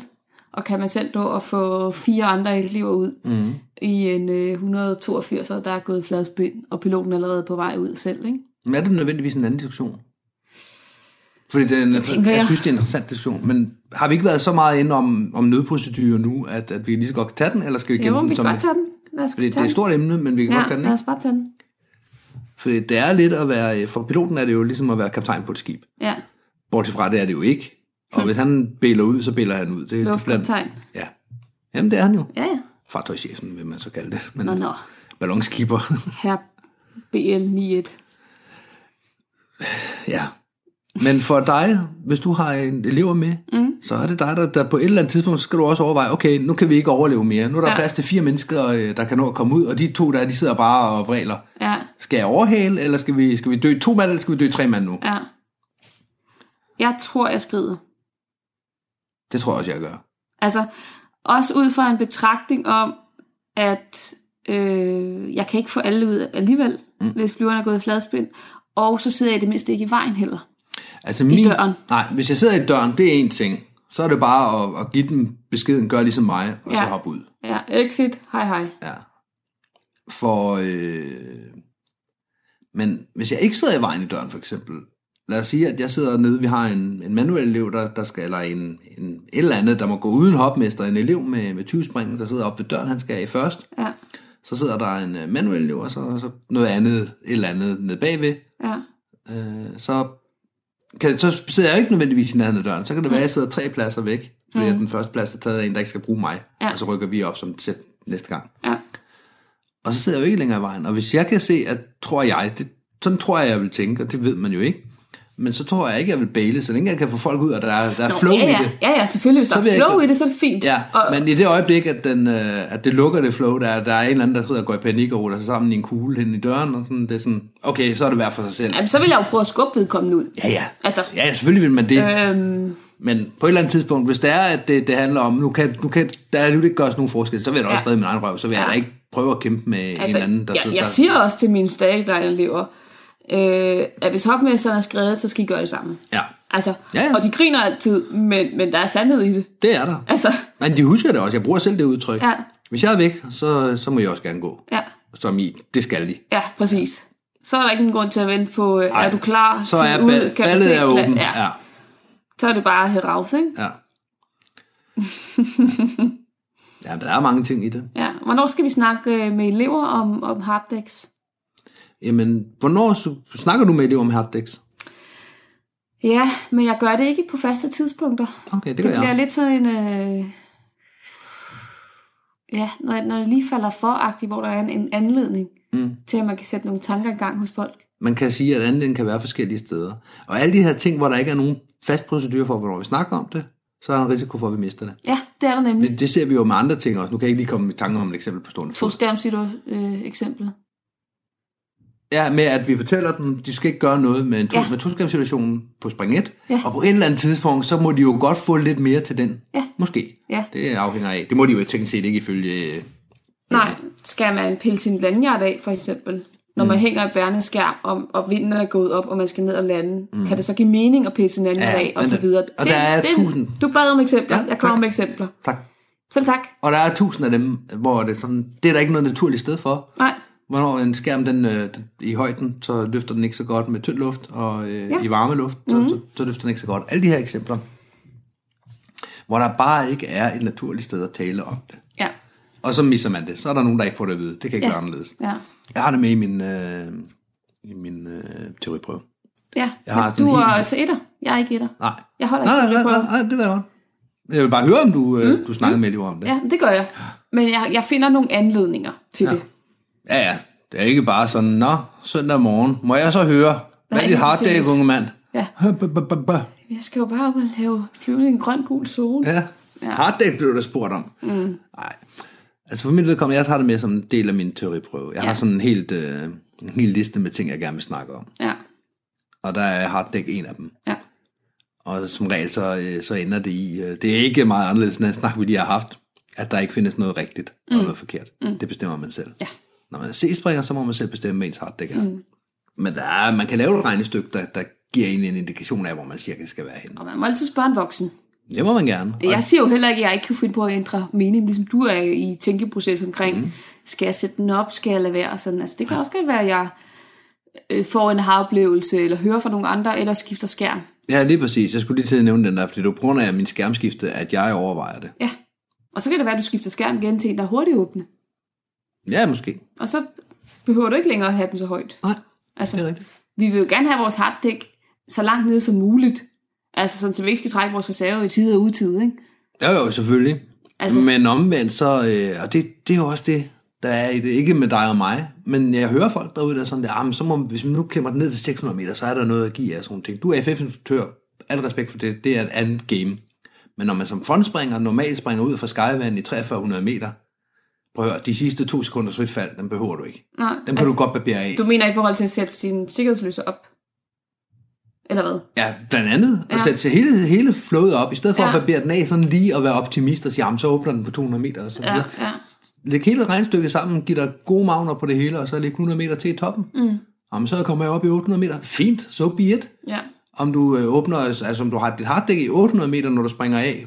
B: Og kan man selv nå at få fire andre elever ud mm. i en øh, 182, der er gået fladspynd, og piloten er allerede på vej ud selv, ikke?
C: Men er det nødvendigvis en anden diskussion? Fordi den, det
B: tænker
C: jeg,
B: jeg.
C: jeg synes, det er en interessant diskussion. Men har vi ikke været så meget inde om, om nødprocedurer nu, at, at vi lige så godt kan tage den, eller skal vi
B: Jo,
C: gemme
B: vi
C: den?
B: kan godt tage den. Lad os tage
C: Fordi det er et
B: den.
C: stort emne, men vi kan ja, godt
B: Ja,
C: tage den.
B: lad
C: Ikke?
B: os bare tage den.
C: Fordi det er lidt at være... For piloten er det jo ligesom at være kaptajn på et skib.
B: Ja,
C: Bortset fra, det er det jo ikke. Og
B: Hmm.
C: hvis han bæler ud, så bæler han ud. Det, det
B: luftkaptajn.
C: Ja. Jamen, det er han jo.
B: Ja, ja.
C: Fartøjschefen, vil man så kalde det. Men
B: Nå, nå.
C: ballonskipper.
B: Her BL91.
C: ja. Men for dig, hvis du har en elever med, mm. så er det dig, der, der på et eller andet tidspunkt, så skal du også overveje, okay, nu kan vi ikke overleve mere. Nu er der ja.
B: Ja.
C: plads til fire mennesker, øh, der kan nå at komme ud, og de to der, de sidder bare og vræler.
B: Ja,
C: Skal jeg overhale, eller skal vi, skal vi dø to mand, eller skal vi dø tre mand nu? Ja.
B: ja. Jeg tror, jeg skrider.
C: Det tror jeg også, jeg gør.
B: Altså, også ud fra en betragtning om, at øh, jeg kan ikke få alle ud alligevel, mm. hvis flyveren er gået i fladspind. Og så sidder jeg i det mindste ikke i vejen heller.
C: Altså min,
B: døren.
C: Nej, hvis jeg sidder i døren, det er en ting. Så er det bare at, at give dem beskeden, gør ligesom mig, og ja. så
B: Ja.
C: hoppe ud.
B: Ja, exit, hej hej.
C: Ja. For, øh... men hvis jeg ikke sidder i vejen i døren, for eksempel, lad os sige, at jeg sidder nede, vi har en, en manuel elev, der, der skal, eller en, en et eller andet, der må gå uden hopmester, en elev med, med 20 spring, der sidder oppe ved døren, han skal af først,
B: Ja,
C: så sidder der en øh, manuel elev, og så, og så noget andet, et eller andet nede bagved,
B: ja,
C: øh, så, kan, så sidder jeg ikke nødvendigvis i nærheden af døren, så kan det være, at jeg sidder tre pladser væk, fordi mm. den første plads er taget af en, der ikke skal bruge mig,
B: Ja.
C: og så rykker vi op som sæt næste gang.
B: ja,
C: Og så sidder jeg jo ikke længere i vejen. Og hvis jeg kan se, at tror jeg, det, sådan tror jeg, jeg vil tænke, og det ved man jo ikke, men så tror jeg ikke, jeg vil bale, så længe jeg kan få folk ud, og der er, der er flow
B: ja,
C: i
B: ja.
C: det.
B: ja, ja, selvfølgelig. Hvis
C: Så
B: der
C: vil jeg
B: er flow
C: ikke-
B: i det, så er det fint.
C: Ja,
B: og,
C: men i det øjeblik, at, den, øh, at det lukker det flow, der, er- der er en eller anden, der sidder og går i panik og ruller sig sammen i en kugle hen i døren, og sådan, det er sådan, okay, så er det værd for sig selv.
B: jamen, så vil jeg jo prøve at skubbe vedkommende ud.
C: Ja, ja.
B: Altså-
C: ja, ja, selvfølgelig vil man det.
B: Øhm,
C: Men på et eller andet tidspunkt, hvis det er, at det, det handler om, nu kan, nu kan der er jo ikke gøres nogen forskel, så vil jeg da også
B: Ja.
C: redde min egen røv, så vil jeg
B: Ja.
C: da ikke prøve at kæmpe med
B: Altså,
C: en anden, der
B: jeg,
C: sidder
B: jeg
C: der.
B: siger også til mine stadigdejelever, øh, at hvis hopmesteren er skrevet, så skal I gøre det samme.
C: Ja,
B: Altså,
C: Ja, ja.
B: Og de griner altid, men, men der er sandhed i det.
C: det er der.
B: Altså,
C: Men de husker det også. Jeg bruger selv det udtryk.
B: Ja.
C: Hvis jeg er væk, så, så må jeg også gerne gå.
B: ja,
C: Som i, det skal de.
B: ja, præcis. Så er der ikke en grund til at vente på, øh, er du klar?
C: Så
B: Sig
C: er
B: ud,
C: ba-
B: kan du
C: ballet
B: se
C: er
B: plan-
C: åben.
B: Ja.
C: ja.
B: Så er det bare heraus, ikke?
C: ja. ja. der er mange ting i det.
B: Ja. Hvornår skal vi snakke øh, med elever om, om harddex?
C: Jamen, hvornår s- snakker du med det om harddex?
B: Ja, men jeg gør det ikke på faste tidspunkter.
C: Okay, det
B: Det
C: gør
B: bliver
C: jeg.
B: lidt sådan en... Øh... Ja, når, når det lige falder for hvor der er en, en anledning mm. til, at man kan sætte nogle tanker i gang hos folk.
C: Man kan sige, at anden kan være forskellige steder. Og alle de her ting, hvor der ikke er nogen fast procedure for, hvornår vi snakker om det, så er der en risiko for, at vi mister det.
B: Ja, det er der nemlig.
C: Det, det ser vi jo med andre ting også. Nu kan jeg ikke lige komme i tanke om et eksempel på stående
B: To
C: fod.
B: skærmsitu-eksemplet.
C: Ja, med at vi fortæller dem, de skal ikke gøre noget med, en to,
B: Ja.
C: ja. med toskabssituationen på springet.
B: Ja.
C: Og på et eller andet tidspunkt, så må de jo godt få lidt mere til den.
B: Ja.
C: Måske.
B: Ja.
C: Det afhænger af. Det må de jo teknisk set ikke ifølge... øh,
B: Nej, skal man pille sin lanyard af, for eksempel? Når mm. man hænger i bærende skærm, og, og vinden er gået op, og man skal ned og lande, mm. kan det så give mening at pille sin lanyard
C: Ja,
B: af, og
C: men
B: så
C: der-
B: videre?
C: og der er tusind.
B: Du bad om eksempler.
C: Ja,
B: jeg kommer
C: tak.
B: med eksempler.
C: Tak.
B: Selv tak.
C: Og der er tusind af dem, hvor det er sådan, det er der ikke noget naturligt sted for.
B: Nej,
C: Hvornår en skærm den, øh, den, i højden, så løfter den ikke så godt med tynd luft, og øh,
B: Ja. Mhm.
C: ja. i varme luft, så, mm. så, så løfter den ikke så godt. Alle de her eksempler, hvor der bare ikke er et naturligt sted at tale om det.
B: ja.
C: Og så misser man det. Så er der nogen, der ikke får det at vide. Det kan
B: Ja.
C: ikke ja. være anderledes.
B: Ja,
C: Jeg har det med i min, øh, i min øh, teoriprøve.
B: ja.
C: Jeg har
B: Men du
C: den helt-
B: er også etter. Jeg er ikke etter.
C: Nej.
B: Jeg holder
C: nej,
B: ikke
C: nej, nej,
B: teoriprøve. Mm.
C: nej, det ved jeg godt. Jeg vil bare høre, om du, øh, du snakkede med Liv om det.
B: Ja, det gør jeg. Men jeg, jeg finder nogle anledninger til ja. det.
C: Ja, ja. Det er ikke bare sådan, nå, søndag morgen, må jeg så høre? Hvad
B: Nej,
C: er dit hard day,
B: præcis.
C: unge mand?
B: Ja.
C: Ja.
B: Jeg skal jo bare op og lave flyvning i en grøn-gul zone.
C: ja. Hard day blev der spurgt om. Nej.
B: Mm.
C: Altså for mit vedkommende, jeg tager det med som en del af min teoriprøve. Jeg ja. har sådan en helt, øh, en hel liste med ting, jeg gerne vil snakke om.
B: Ja,
C: Og der er hard day en af dem.
B: ja.
C: Og som regel, så, øh, så ender det i, øh, det er ikke meget anderledes end den snak, vi lige har haft, at der ikke findes noget rigtigt og noget forkert. Det bestemmer man selv.
B: Ja.
C: Når man er C-springer, så må man selv bestemme, hvad ens harddæk er. Mm. Men der er, man kan lave et regnestykke, der, der giver en en indikation af, hvor man cirka skal være henne.
B: Og man må altid spørge en voksen.
C: Det må man gerne. Og
B: Jeg siger jo heller ikke, at jeg ikke kunne finde på at ændre mening, ligesom du er i tænkeproces omkring,
C: Mhm.
B: mm. skal jeg sætte den op, skal jeg lade være, og sådan. Altså, det kan også godt være, at jeg øh, får en haroplevelse, eller hører fra nogle andre, eller skifter skærm.
C: Ja, lige præcis. Jeg skulle lige til at nævne den der, fordi det var på grund af min skærmskifte, at jeg overvejer det.
B: Ja. Og så kan det være, at du skifter skærm igen til en, der er hurtigt åbne.
C: Ja, måske.
B: Og så behøver du ikke længere at have den så højt.
C: Nej,
B: Altså,
C: det er rigtigt.
B: vi vil jo gerne have vores harddæk så langt nede som muligt. Altså sådan, så vi ikke skal trække vores reserve i tide og utide, ikke?
C: Jo, jo, selvfølgelig.
B: Altså-
C: Altså... Men omvendt så, øh, og det, det er jo også det, der er i det, ikke med dig og mig, men jeg hører folk derude, der er sådan der, ah, men så må, hvis man nu klemmer den ned til 600 meter, så er der noget at give af sådan nogle ting. Du er FF-instruktør, al respekt for det, det er et andet game. Men når man som frontspringer normalt springer ud fra skyvand i 4300 meter, prøv at høre, de sidste to sekunders frit fald, den behøver du ikke.
B: Nej,
C: Den kan
B: altså,
C: altså, du godt barbere af.
B: Du mener i forhold til at sætte sin sikkerhedsløse op? Eller hvad?
C: Ja, blandt andet. Og
B: Ja.
C: ja. sætte sig hele, hele flowet op. I stedet for
B: Ja.
C: ja. at barbere den af sådan lige og være optimist og sige, jamen så åbner den på 200 meter og så videre.
B: Ja, ja.
C: Læg hele regnstykket sammen, giv dig gode magner på det hele, og så læg 100 meter til i toppen. Mm. Jamen så kommer jeg op i 800 meter. Fint, så so be it.
B: ja.
C: Om du øh, åbner, altså om du har dit harddæk i 800 meter, når du springer af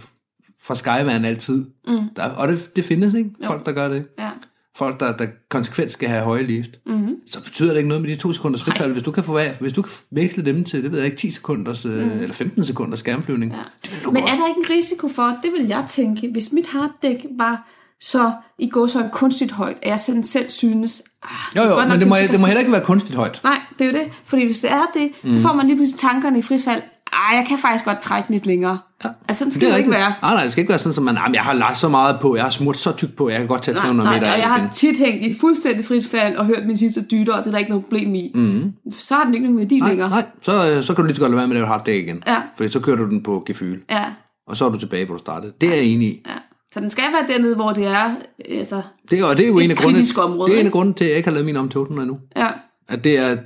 C: fra skyvand altid. Mm. Der, og det, det findes, ikke? Folk, der gør det.
B: Ja.
C: Folk, der, der konsekvent skal have høje lift. Mm-hmm. Så betyder det ikke noget med de to sekunders fritfald, hvis du kan få af, hvis du kan veksle dem til, det ved jeg ikke, 10 sekunders øh, eller 15 sekunders skærmflyvning. Ja. Det vil du
B: Mm. Men
C: godt.
B: er der ikke en risiko for, det vil jeg tænke, hvis mit harddæk var så i går så en kunstigt højt, at jeg sådan selv synes, ah, det er
C: Jo,
B: godt
C: jo,
B: nok
C: men det må,
B: til
C: det må
B: sikker-
C: heller ikke være kunstigt højt.
B: Nej, det er jo det. Fordi hvis det er det, mm. så får man lige pludselig tankerne i fritfald. Ej, jeg kan faktisk godt trække den lidt længere. Ja. Altså, sådan skal det, jo ikke være.
C: Nej, nej, det skal ikke være sådan, at man, "Jamen, jeg har lagt så meget på, jeg har smurt så tykt på, jeg kan godt tage 300
B: Nej,
C: meter
B: og
C: af
B: jeg har
C: igen."
B: tit hængt i fuldstændig frit fald og hørt min sidste dytter, og det er der ikke noget problem i. Mm. Så har den ikke nogen værdi længere.
C: Nej, nej så, øh, så kan du lige så godt lade være med at lave et hard day igen.
B: Ja.
C: Fordi så kører du den på gefyl,
B: Ja,
C: og så er du tilbage, hvor du startede. Det er jeg enig i.
B: ja. Så den skal være dernede, hvor det er. Altså,
C: Det, er- og det er jo
B: Et
C: en af grundene,
B: kritisk område,
C: det er
B: ikke?
C: en af grundene til, at jeg ikke har lavet min om til 800 endnu.
B: ja,
C: At det er,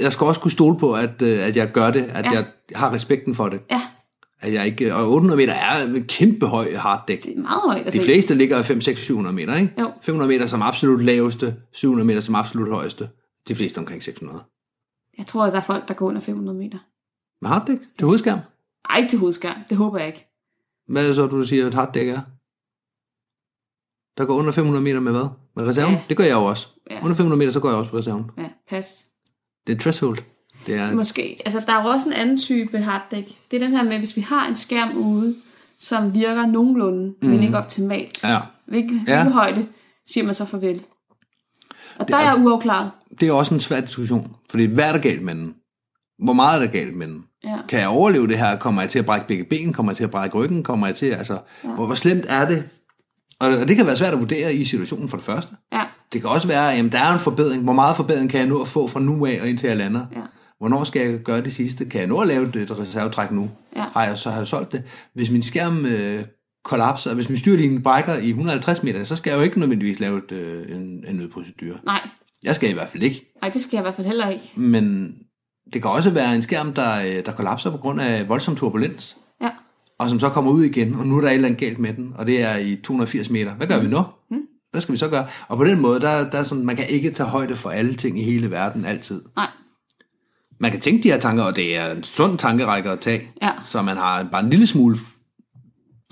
C: jeg skal også kunne stole på, at, øh, at jeg gør det, at
B: Ja.
C: ja. jeg har respekten for det.
B: ja.
C: At jeg ikke, og 800 meter er en kæmpe høj hard dæk.
B: Det er meget højt. Altså,
C: De fleste ligger 5, 6, 700 meter, ikke?
B: Jo.
C: 500 meter som absolut laveste, 700 meter som absolut højeste. De fleste omkring 600.
B: Jeg tror, at der er folk, der går under 500 meter.
C: Med harddæk? Til hovedskærm?
B: Ej, ikke til hovedskærm. Det håber jeg ikke.
C: Hvad er det så, du siger, et harddæk er? Der går under 500 meter med hvad? Med reserven?
B: Ja.
C: Ja. Det gør jeg jo også.
B: Ja.
C: Ja. Under 500 meter, så går jeg også på reserven.
B: Ja, pas.
C: Det er threshold. Det er,
B: Måske. Altså, der er jo også en anden type harddæk. Det er den her med, hvis vi har en skærm ude, som virker nogenlunde, mm. men ikke optimalt.
C: Mhm. ja.
B: Hvilken, ja.
C: Ja.
B: hvilken højde siger man så farvel? Og der er jeg uafklaret.
C: det er også en svær diskussion. Fordi hvad er der galt med den? Hvor meget er der galt med den?
B: Ja.
C: Kan jeg overleve det her? Kommer jeg til at brække begge ben? Kommer jeg til at brække ryggen? Kommer jeg til, altså, ja. hvor, hvor slemt er det? Og, og det kan være svært at vurdere i situationen for det første.
B: Ja,
C: Det kan også være, at der er en forbedring. Hvor meget forbedring kan jeg nå at få fra nu af og indtil jeg lander?
B: Ja.
C: Hvornår skal jeg gøre det sidste? Kan jeg nå at lave et et reservetræk nu?
B: Ja.
C: Har jeg så har jeg solgt det? Hvis min skærm øh, kollapser, hvis min styrlinje brækker i 150 meter, så skal jeg jo ikke nødvendigvis lave et, øh, en, en nødprocedure.
B: Nej,
C: Jeg skal i hvert fald ikke.
B: nej, det skal jeg i hvert fald heller ikke.
C: Men det kan også være en skærm, der, øh, der kollapser på grund af voldsom turbulens,
B: Ja,
C: og som så kommer ud igen, og nu er der et eller andet galt med den, og det er i 280 meter. Hvad gør vi nu?
B: Hmm?
C: Hvad skal vi så gøre? Og på den måde, der, der er sådan, man kan ikke tage højde for alle ting i hele verden altid.
B: nej,
C: Man kan tænke de her tanker, og det er en sund tankerække at tage,
B: Ja.
C: så man har bare en lille smule f-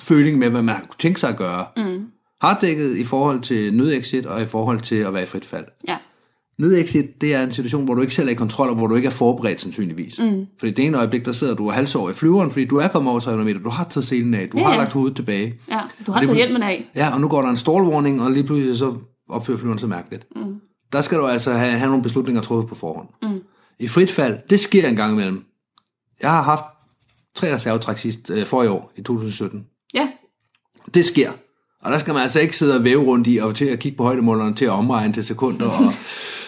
C: føling med, hvad man kunne tænke sig at gøre.
B: Mm.
C: Harddækket i forhold til nødexit og i forhold til at være i frit fald.
B: ja,
C: Nødexit, det er en situation, hvor du ikke selv er i kontrol, og hvor du ikke er forberedt sandsynligvis.
B: Mm.
C: Fordi det ene øjeblik, der sidder du og halvsover i flyveren, fordi du er kommet over 300 meter, du har taget selen af, du
B: Ja,
C: har
B: ja.
C: lagt hovedet tilbage.
B: ja. Du har
C: Og det
B: taget
C: kunne-
B: hjelmen af.
C: Ja, og nu går der en stall warning, og lige pludselig så opfører flyveren sig mærkeligt.
B: Mm.
C: Der skal du altså have, have nogle beslutninger truffet på forhånd.
B: Mm.
C: I frit fald, det sker en gang imellem. Jeg har haft tre reservetræk sidst, øh, for i år, i 2017.
B: Ja,
C: Det sker. Og der skal man altså ikke sidde og væve rundt i, og til at kigge på højdemåleren til at omregne til sekunder, og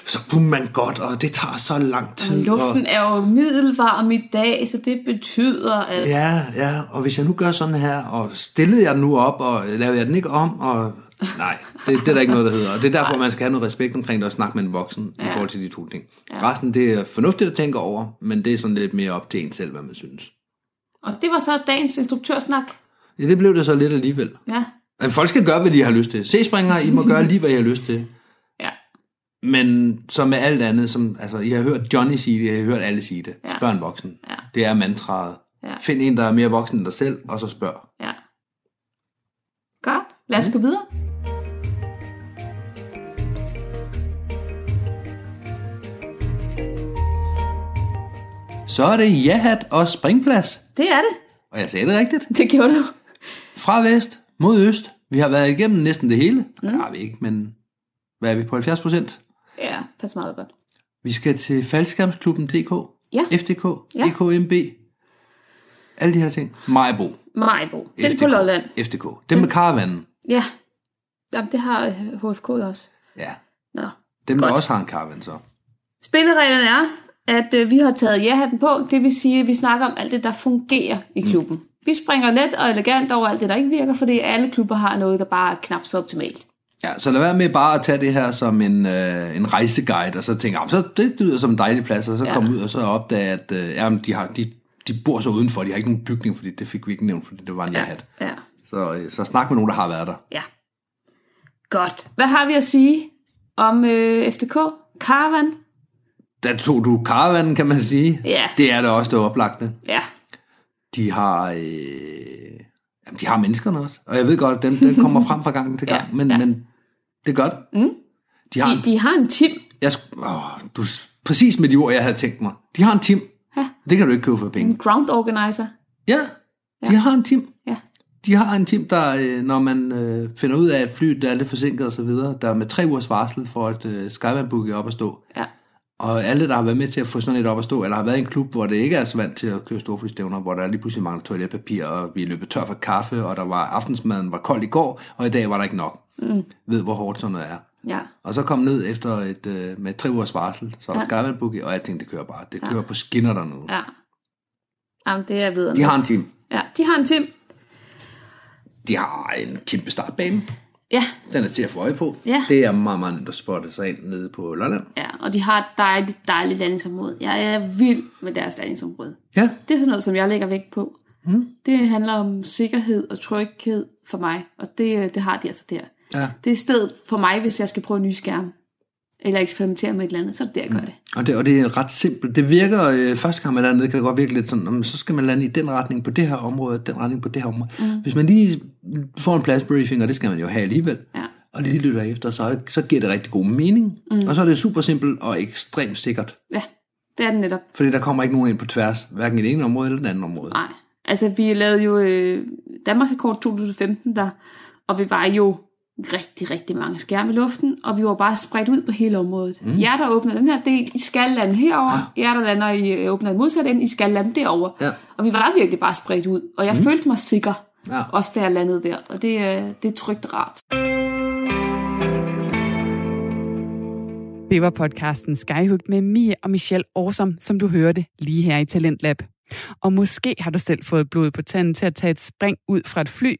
C: så kunne man godt, og det tager så lang
B: og
C: tid.
B: luften er jo middelvarm i dag, så det betyder, at...
C: Ja, ja, og hvis jeg nu gør sådan her, og stillede jeg den nu op, og lavede jeg den ikke om, og nej, det, det er der ikke noget, der hedder. Og det er derfor, man skal have noget respekt omkring det, og snakke med en voksen ja. i forhold til de to ting. Ja. Resten, det er fornuftigt at tænke over, men det er sådan lidt mere op til en selv, hvad man synes.
B: Og det var så dagens instruktørsnak.
C: Ja, det blev det så lidt alligevel.
B: Ja,
C: Men folk skal gøre, hvad de har lyst til. Se springer, I må gøre lige, hvad I har lyst til.
B: ja,
C: Men som med alt andet, som, altså, I har hørt Johnny sige det, I har hørt alle sige det.
B: Ja.
C: Spørg en voksen.
B: Ja.
C: Det er mantraet.
B: Ja.
C: Find en, der er mere voksen end dig selv, og så spørg.
B: ja. Godt, lad os gå videre.
C: Så er det jahat og springplads.
B: Det er det.
C: Og jeg sagde det rigtigt.
B: Det gjorde du.
C: Fra vest mod øst. Vi har været igennem næsten det hele. Mm. Det har vi ikke, men hvad er vi på 70 procent?
B: Ja, pas meget godt.
C: Vi skal til faldskærmsklubben.dk,
B: Ja,
C: FDK,
B: Ja.
C: EKMB, alle de her ting. Majbo,
B: Majbo. Den
C: FDK,
B: på Lolland.
C: FDK. Dem med karavanen.
B: Ja. Jamen, det har øh, HFK jo også.
C: Ja,
B: Nå.
C: dem der
B: Godt.
C: også har en karavan så.
B: Spillereglerne er, at øh, vi har taget ja-hatten på. Det vil sige, at vi snakker om alt det, der fungerer i klubben. Mm. Vi springer let og elegant over alt det, der ikke virker, fordi alle klubber har noget, der bare er knap så optimalt.
C: Ja, så lad være med bare at tage det her som en, øh, en rejseguide, og så tænke, "Ah, så det lyder som en dejlig plads, og så
B: Ja.
C: ja. komme ud og så opdage, at øh, jamen, de, har, de, de bor så udenfor, de har ikke nogen bygning, fordi det fik vi ikke nævnt, fordi det var en ja. hat.
B: Ja.
C: Så, øh, så snak med nogen, der har været der.
B: ja. Godt. Hvad har vi at sige om øh, FDK? Caravan?
C: Der tog du karavanen, kan man sige.
B: Ja.
C: Det er da også det oplagte.
B: Ja.
C: De har, øh, jamen, de har menneskerne også. Og jeg ved godt, den, den kommer frem fra gang til
B: Ja,
C: gang, men,
B: ja.
C: men det gør den. Mm. De har en,
B: De, de har en tim.
C: jeg, sk- åh, du, præcis med de ord, jeg havde tænkt mig. De har en tim.
B: Ja.
C: Det kan du ikke købe for penge.
B: En ground organizer.
C: Ja, de ja. har en team.
B: Ja.
C: De har en team, der, øh, når man øh, finder ud af, at flyet er lidt forsinket osv., der er med tre ugers varsel for at øh, Skyman Book er op at stå.
B: Ja.
C: Og alle, der har været med til at få sådan et op at stå, eller har været i en klub, hvor det ikke er så vant til at køre storflystævner, hvor der lige pludselig mangler toiletpapir, og vi er løbet tør for kaffe, og der var aftensmaden var kold i går, og i dag var der ikke nok. Mm. Ved, hvor hårdt sådan noget er.
B: Ja.
C: Og så kom ned efter et, øh, med tre ugers varsel, så ja. Skyman Book, og alting, det kører bare. Det kører på skinner dernede. Ja.
B: Ja. Jamen, det er videre.
C: De har en team.
B: Ja, de har en tim.
C: De har en kæmpe startbane.
B: Ja.
C: Den er til at få øje på.
B: Ja.
C: Det er meget, meget nemt at spotte sig ind nede på Lolland.
B: Ja, og de har et dejligt, dejligt landingsområde. Jeg er vild med deres landingsområde.
C: Ja.
B: Det er sådan noget, som jeg lægger vægt på. Mm. Det handler om sikkerhed og tryghed for mig, og det, øh, det har de altså der.
C: ja.
B: Det er stedet for mig, hvis jeg skal prøve en ny skærm, eller eksperimentere med et eller andet, så er det der, jeg gør det.
C: Og det, og det er ret simpelt. Det virker, øh, første gang man lander nede, kan det godt virke lidt sådan, jamen, så skal man lande i den retning på det her område, den retning på det her område. Mm. Hvis man lige får en pladsbriefing, og det skal man jo have alligevel,
B: Ja.
C: og lige lytter efter, så, så giver det rigtig god mening. Mm. Og så er det super simpelt og ekstremt sikkert.
B: Ja, det er den netop.
C: Fordi der kommer ikke nogen ind på tværs, hverken i det ene område eller det andet område.
B: Nej, altså vi lavede jo øh, Danmarks rekord 2015 der, og vi var jo rigtig, rigtig mange skærme i luften, og vi var bare spredt ud på hele området. Mm. Jer, der åbner den her del, I skal lande herover. Ah. Jer, der lander i, øh, åbner den modsatte ende, I skal lande derover.
C: Ja.
B: Og vi var virkelig bare spredt ud, og jeg mm. følte mig sikker,
C: Ja.
B: også da jeg landede der, og det, øh, det er trygt og rart.
A: Det var podcasten Skyhooked med Mie og Michelle Årsom, som du hørte lige her i Talentlab. Og måske har du selv fået blod på tanden til at tage et spring ud fra et fly.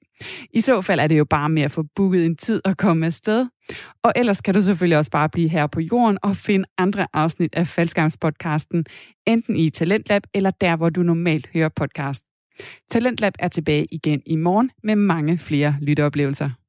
A: I så fald er det jo bare med at få booket en tid og komme afsted. Og ellers kan du selvfølgelig også bare blive her på jorden og finde andre afsnit af Faldskærmspodcasten, enten i Talentlab eller der, hvor du normalt hører podcast. Talentlab er tilbage igen i morgen med mange flere lytteoplevelser.